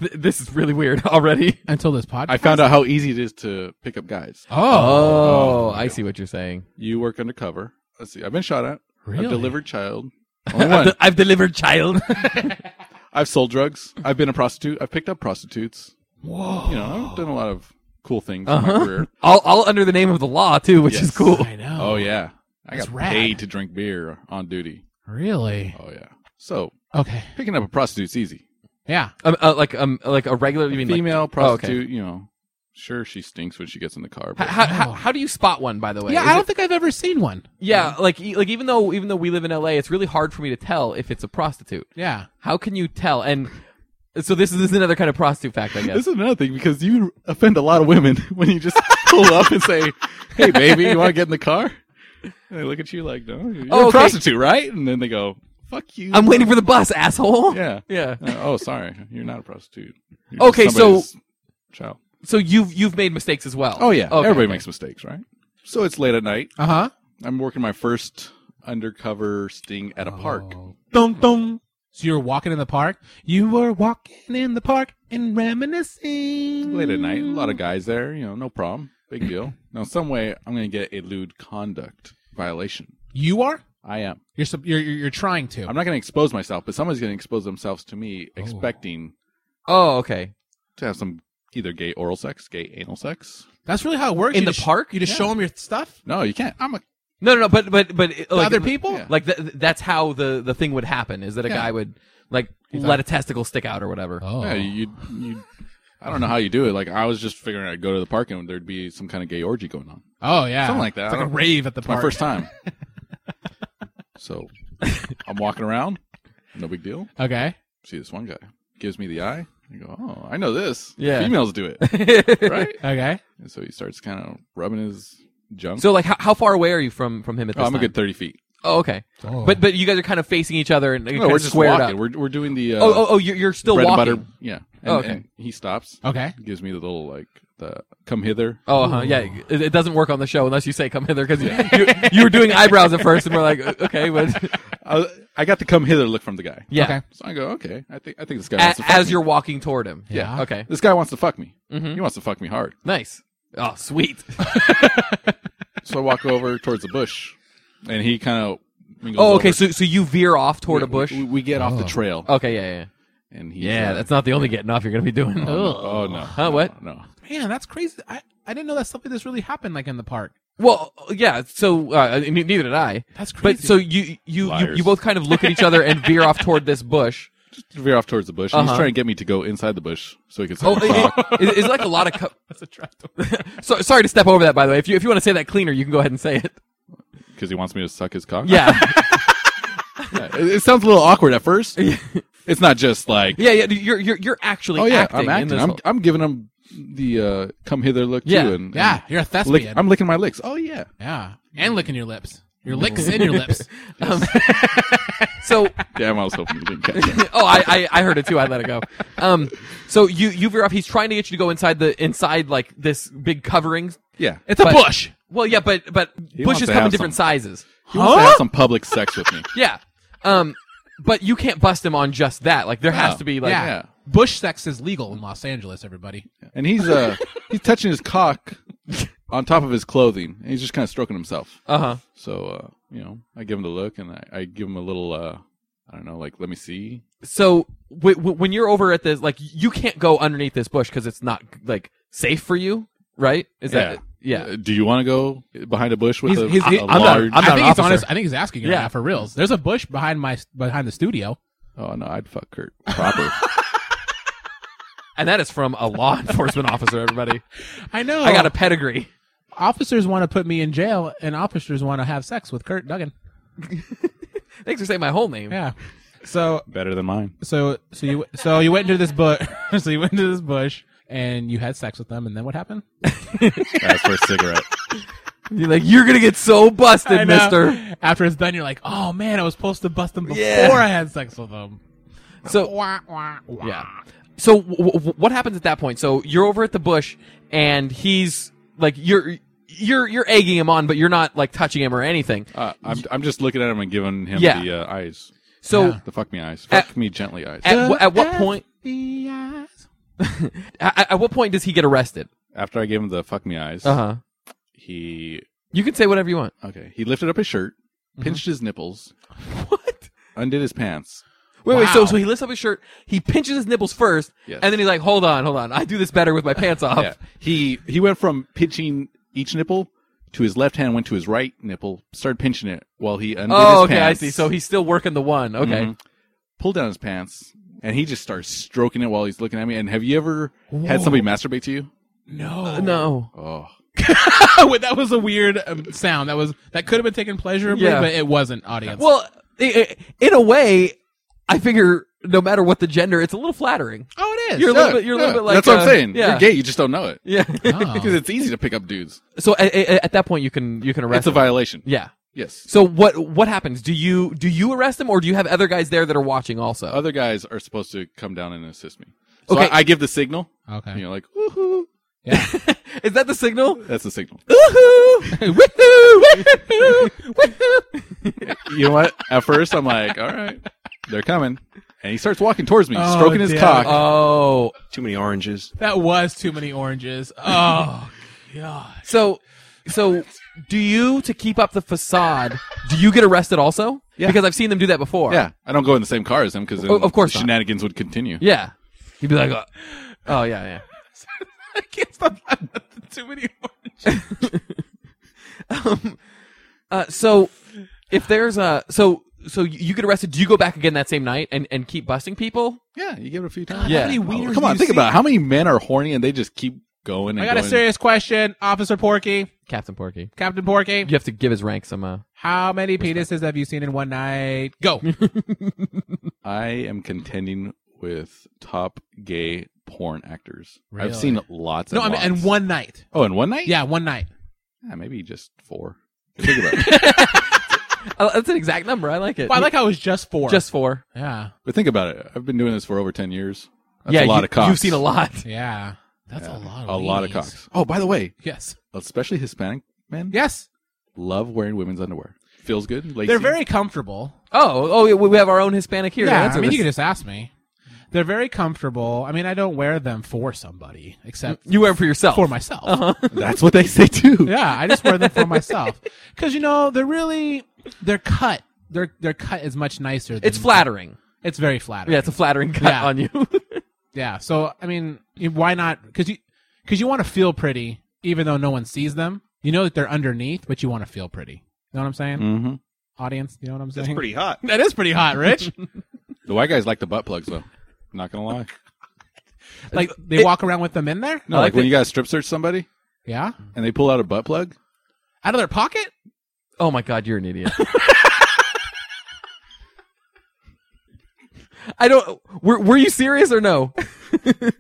Th- this is really weird already. Until this podcast. I found out how easy it is to pick up guys. Oh, Oh, Oh, I see what you're saying. You work undercover. Let's see. I've been shot at. Really? I've delivered child. Only one. I've delivered child. I've sold drugs. I've been a prostitute. I've picked up prostitutes. whoa. You know, I've done a lot of cool things in Uh-huh. my career. all, all under the name of the law too, which is Yes. cool. I know. Oh yeah. I That's got rad. paid to drink beer on duty. Really? Oh yeah. So Okay. picking up a prostitute's easy. Yeah. Um, uh, like um, like a regular. You mean like- Female oh, okay. prostitute, you know. Sure she stinks when she gets in the car, H- but How, how, how do you spot one? By the way, Yeah, Is I don't it- think I've ever seen one. yeah, like e- like even though even though we live in L.A., it's really hard for me to tell if it's a prostitute. Yeah. How can you tell? And so this is, this is another kind of prostitute fact, I This guess. is another thing because you offend a lot of women when you just pull up and say, "Hey, baby, you want to get in the car?" And they look at you like, "No, you're Oh, a okay. prostitute, right?" And then they go, "Fuck you." I'm waiting for the bus, asshole. Yeah. yeah. Uh, oh, sorry, you're not a prostitute. You're Okay, just so- somebody's child. So you've you've made mistakes as well. Oh yeah, Okay. Uh-huh. everybody makes mistakes, right? So it's late at night. Uh huh. I'm working my first undercover sting at a park. Dum dum. Oh. So you were walking in the park. You were walking in the park and reminiscing. Late at night, a lot of guys there. You know, no problem, big deal. now, some way, I'm going to get a lewd conduct violation. You are. I am. You're sub- you're you're, you're trying to. I'm not going to expose myself, but someone's going to expose themselves to me, expecting Oh okay. to have some either gay oral sex, gay anal sex. That's really how it works In You the just- park? You just Yeah. show them your stuff. No, you can't. I'm a No, no, no. But but but it- like, other people? Yeah. like th- that's how the the thing would happen is that a Yeah. guy would like let a testicle stick out or whatever. Oh, yeah, you you. I don't know how you do it. Like I was just figuring I'd go to the park and there'd be some kind of gay orgy going on. oh yeah, Something like that. It's I like a don't- rave at the It's my park. first time. so I'm walking around, no big deal. Okay. See this one guy gives me the eye. I go, oh, I know this. Yeah. females do it, right? Okay. And so he starts kind of rubbing his junk. so like, how, how far away are you from from him at oh, this I'm a time? good thirty feet. Oh, okay. Oh. But but you guys are kind of facing each other and you're No, kind we're of just squared walking. up. We're we're doing the uh, oh, oh, oh, you're, you're still bread walking. and butter. Yeah. And, Oh, okay. and he stops. Okay. Gives me the little like the come hither. Oh, uh-huh. yeah. It, it doesn't work on the show unless you say come hither because you, you were doing eyebrows at first and we're like, okay, but I, I got the come hither look from the guy. yeah. Okay. So I go, okay. I think I think this guy A- wants to fuck as me. you're walking toward him. Yeah. Okay. This guy wants to fuck me. Mhm. He wants to fuck me hard. Nice. Oh, sweet. So I walk over towards the bush, and he kind of. Oh, okay. So so you veer off toward a bush. We, we get off the trail, Okay. Yeah. Yeah. and he's, Yeah. Yeah, uh, that's not the only getting off you're gonna be doing. Oh, no. Oh, no. Huh, No, what? No. Man, that's crazy. I, I didn't know that's something that's really happened like in the park. Well, yeah. So uh, ne- neither did I. That's crazy. But so you you, you Liars. you both kind of look at each other and veer off toward this bush. Veer off towards the bush. and He's Uh-huh. trying to get me to go inside the bush so he can. Oh, suck my cock. it- it- it's like a lot of. Co- that's a trap door. so, sorry to step over that, by the way. If you if you want to say that cleaner, you can go ahead and say it. because he wants me to suck his cock. Yeah, Yeah. It, it sounds a little awkward at first. it's not just like, yeah, yeah. You're you're you're actually. oh yeah, acting I'm In acting. this I'm, whole- I'm giving him the uh, come hither look Yeah. too. And, Yeah, and you're a lick- thespian. I'm licking my licks. Oh yeah. yeah, and licking your lips. Your licks in your lips. so, Damn, I was hoping you didn't catch it. oh, I, I I heard it too. I let it go. Um, so you you veer off. He's trying to get you to go inside the inside like this big covering. Yeah, It's a But- bush. Well, yeah, but but wants bushes to come in have different sizes. he wants to have some public sex with me. Yeah. Um, but you can't bust him on just that. Like there has to be like yeah. yeah. bush sex is legal in Los Angeles. Everybody. and he's uh he's touching his cock on top of his clothing and he's just kind of stroking himself uh huh. so uh you know i give him the look and i, I give him a little uh i don't know like let me see So w- w- when you're over at this, like you can't go underneath this bush because it's not like safe for you, right? Is that yeah? Uh, do you want to go behind a bush with He's- a, he's- a he- I'm not- large I think an he's officer. honest. I think he's asking. Yeah, Yeah. for reals. There's a bush behind my behind the studio. oh no i'd fuck kurt proper And that is from a law enforcement officer. Everybody, I know. I got a pedigree. officers want to put me in jail, and officers want to have sex with Kurt Duggan. Thanks for saying my whole name. Yeah. So better than mine so so you so you went into this bush. so you went into this bush. And you had sex with them, and then what happened? that's for a cigarette You're like you're gonna get so I busted, know. Mister. After it's done, you're like, "Oh man, I was supposed to bust them before Yeah. I had sex with them." So Wah, wah, wah. yeah. So w- w- what happens at that point? So you're over at the bush, and he's like you're you're you're egging him on, but you're not like touching him or anything. uh, I'm, I'm just looking at him and giving him Yeah. Uh, the uh, eyes So the fuck me eyes At- fuck me gently eyes at, wh- at what point? The eyes. At, at what point does he get arrested? after i gave him the fuck me eyes Uh huh. he You can say whatever you want. okay he lifted up his shirt Mm-hmm. pinched his nipples What? undid his pants Wait, wait. So, Wow. so he lifts up his shirt. He pinches his nipples first, Yes. and then he's like, "Hold on, hold on. I do this better with my pants off." Yeah. He he went from pinching each nipple to his left hand went to his right nipple, started pinching it while he undid Oh, his okay. pants. I see. So he's still working the one. Okay. Mhm. pulled down his pants and he just starts stroking it while he's looking at me. And have you ever had somebody masturbate to you? No, No. Oh. Wait, that was a weird um, sound. That was that could have been taken pleasurably, Yeah. but it wasn't. Audience. Well, i- i- in a way, I figure no matter what the gender, it's a little flattering. oh, it is. You're a little bit. You're a little bit like. That's what uh, I'm saying. Yeah. You're gay, you just don't know it. Yeah. Because Oh. it's easy to pick up dudes. so at, at that point, you can you can arrest. It's a him. violation. Yeah. Yes. So what what happens? Do you do you arrest him, or do you have other guys there that are watching also? Other guys are supposed to come down and assist me. So Okay. I, I give the signal. okay. And you're like, woohoo. Is that the signal? That's the signal. Woohoo! Woohoo! you know what? At first, I'm like, all right, they're coming. And he starts walking towards me, Oh, stroking his damn. cock. Oh, Too many oranges. That was too many oranges. Oh, God. so so do you to keep up the facade? Do you get arrested also? Yeah. Because I've seen them do that before. yeah, I don't go in the same car as him because Oh, of course not. shenanigans would continue. Yeah. You'd be like, oh, oh, yeah, yeah. I can't stop laughing at too many oranges. um, uh, so if there's a so so you you get arrested, do you go back again that same night and and keep busting people? Yeah, you give it a few times. Yeah. How many wieners Oh, Come do on, you think see? about it. how many men are horny and they just keep going. And I got a going. serious question, Officer Porky, Captain Porky, Captain Porky. you have to give his rank some. Uh, How many penises have you seen in one night? Go. I am contending with top gay porn actors. Really? I've seen lots. no, I and mean, lots. and one night. Oh, in one night? Yeah, one night. Yeah, maybe just four. Think about it. uh, that's an exact number. I like it. Well, I like how it was just four. just four. yeah, But think about it. I've been doing this for over ten years. That's yeah, a lot you, of cocks. You've seen a lot. yeah. That's Yeah, a lot. Of a lot of weenies. cocks. Oh, by the way, Yes. especially Hispanic men. Yes. love wearing women's underwear. Feels good. Lacy. They're very comfortable. Oh, oh, yeah, we we have our own Hispanic here. Yeah, that's I mean, what you can this- just ask me. They're very comfortable. I mean, I don't wear them for somebody except you wear them for yourself. for myself. That's what they say too. Yeah, I just wear them for myself because you know they're really they're cut. They're they're cut is much nicer. Than, It's flattering. It's very flattering. Yeah, it's a flattering cut Yeah. on you. Yeah. So I mean, you- why not? Because you because you want to feel pretty, even though no one sees them. You know that they're underneath, but you want to feel pretty. You know what I'm saying, Mm. Mm-hmm. audience? You know what I'm saying? That's pretty hot. That is pretty hot, Rich. The white guys like the butt plugs though. Not gonna lie. like they It- walk around with them in there. No, I like, like when that- you guys strip search somebody Yeah. and they pull out a butt plug. Out of their pocket. Oh my god, you're an idiot. I don't. Were, were you serious or no?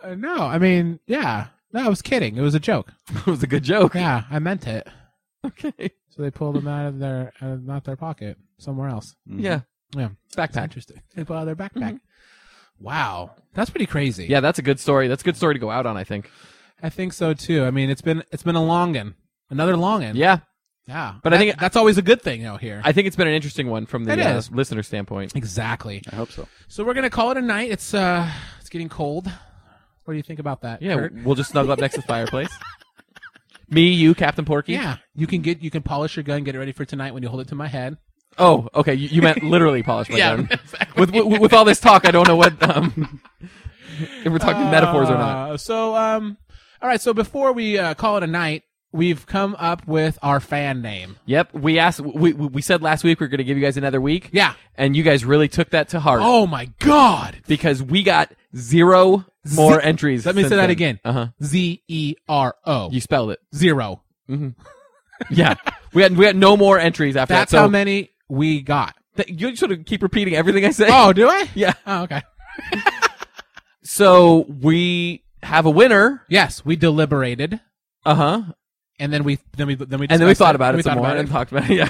Uh, no, I mean, yeah. No, I was kidding. It was a joke. it was a good joke. Yeah, I meant it. Okay. So they pulled them out of their out of not their pocket, somewhere else. Mm-hmm. Yeah. Yeah, Backpack. That's interesting. They pull out their backpack. Wow, that's pretty crazy. Yeah, that's a good story. That's a good story to go out on. I think. I think so too. I mean, it's been it's been a longin, another longin. Yeah, yeah. But I That- think- that's always a good thing out here. I think it's been an interesting one from the It uh, is. listener standpoint. exactly. I hope so. So we're gonna call it a night. It's uh, it's getting cold. What do you think about that? Yeah, Kurt? we'll just snuggle up next to the fireplace. Me, you, Captain Porky. yeah. You can get you can polish your gun, get it ready for tonight when you hold it to my head. Oh, okay. You, you meant literally polish my Yeah, gun. With, with with all this talk, I don't know what um, if we're talking metaphors or not. Uh, So, um, all right. So before we uh, call it a night, we've come up with our fan name. Yep, we asked. We we we said last week we are going to give you guys another week. Yeah. and you guys really took that to heart Oh my God! because we got zero more entries. Let me say that again. Uh huh. Z E R O You spelled it. zero. Yeah, we had we had no more entries after That's that. So how many we got. th- you sort of keep repeating everything I say. Oh, do I? yeah. Oh, okay. So we have a winner. Yes, we deliberated, Uh huh. and then we then we then we And Uh-huh. then we discussed thought about it, We some thought more about and it. talked about it. Yeah.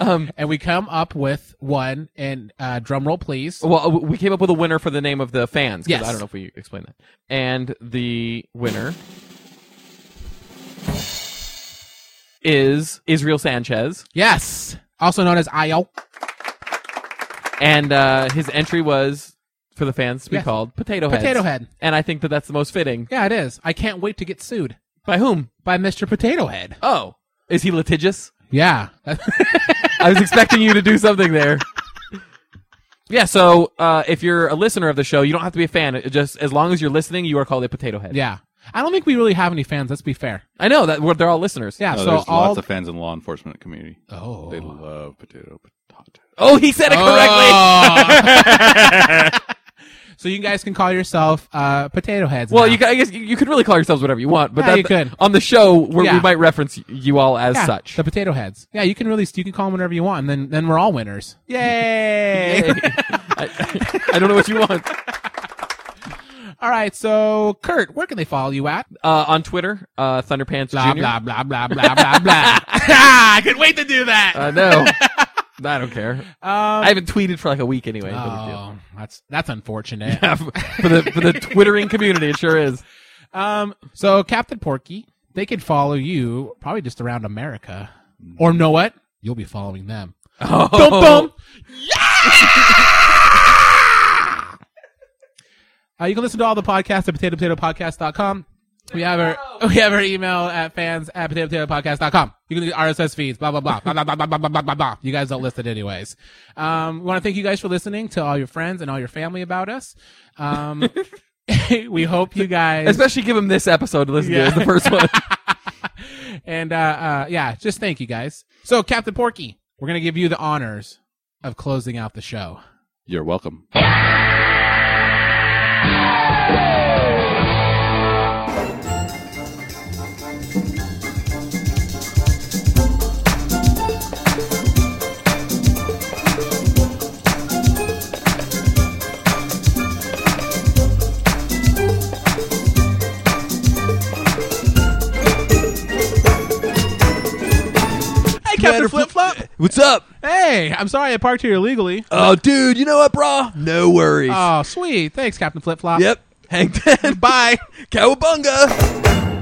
um. and we come up with one. And uh, drum roll, please. Well, w- we came up with a winner for the name of the fans. 'cause Yes. I don't know if we explained that. And the winner is Israel Sanchez. Yes, also known as Io. And uh, his entry was for the fans to be Yes. called Potato Head. Potato Head. And I think that that's the most fitting. Yeah, it is. I can't wait to get sued By whom? by Mr. Potato Head. Oh, is he litigious? Yeah. I was expecting you to do something there. Yeah, so uh, if you're a listener of the show, you don't have to be a fan. It just as long as you're listening, you are called a potato head. Yeah. I don't think we really have any fans. Let's be fair. I know that we're, they're all listeners. Yeah. No, so Oh, there's all. lots of fans in the law enforcement community. oh. They love potato potato. Oh, he said it correctly. so you guys can call yourself uh, potato heads. Well, now. you, ca- I guess you, you could really call yourselves whatever you want, but Yeah, that, you could. on the show where Yeah. we might reference you all as yeah, such. the potato heads. Yeah, you can really you can call them whatever you want, and then then we're all winners. Yay! I, I don't know what you want. all right. So Kurt, where can they follow you at? Uh, on Twitter, uh, Thunderpants Blah Jr. blah blah blah blah blah blah. Ah, I could wait to do that. Uh, no, I don't care. I um, haven't tweeted for like a week anyway. but I do. oh, that's that's unfortunate. Yeah, for the for the twittering community, it sure is. Um, so Captain Porky, they could follow you probably just around America, or know what? You'll be following them. Oh. Dum dum. Yeah! uh, you can listen to all the podcasts at potatopotatoPodcast.com. We have our we have our email at fans at potatopotatoPodcast.com. You can get RSS feeds, blah blah blah, blah blah blah blah blah blah blah blah. You guys don't list it anyways. Um, we want to thank you guys for listening. Tell all your friends and all your family about us. Um, we hope you guys Especially give him this episode to listen to Yeah. as the first one. and uh, uh, yeah, just thank you guys. So, Captain Porky, we're gonna give you the honors of closing out the show. You're welcome. Hey, Captain Flip Flop. What's up? Hey, I'm sorry I parked here illegally. Oh, dude, you know what, brah? No Uh, worries. Oh, sweet. Thanks, Captain Flip Flop. Hang ten. Bye. Cowabunga.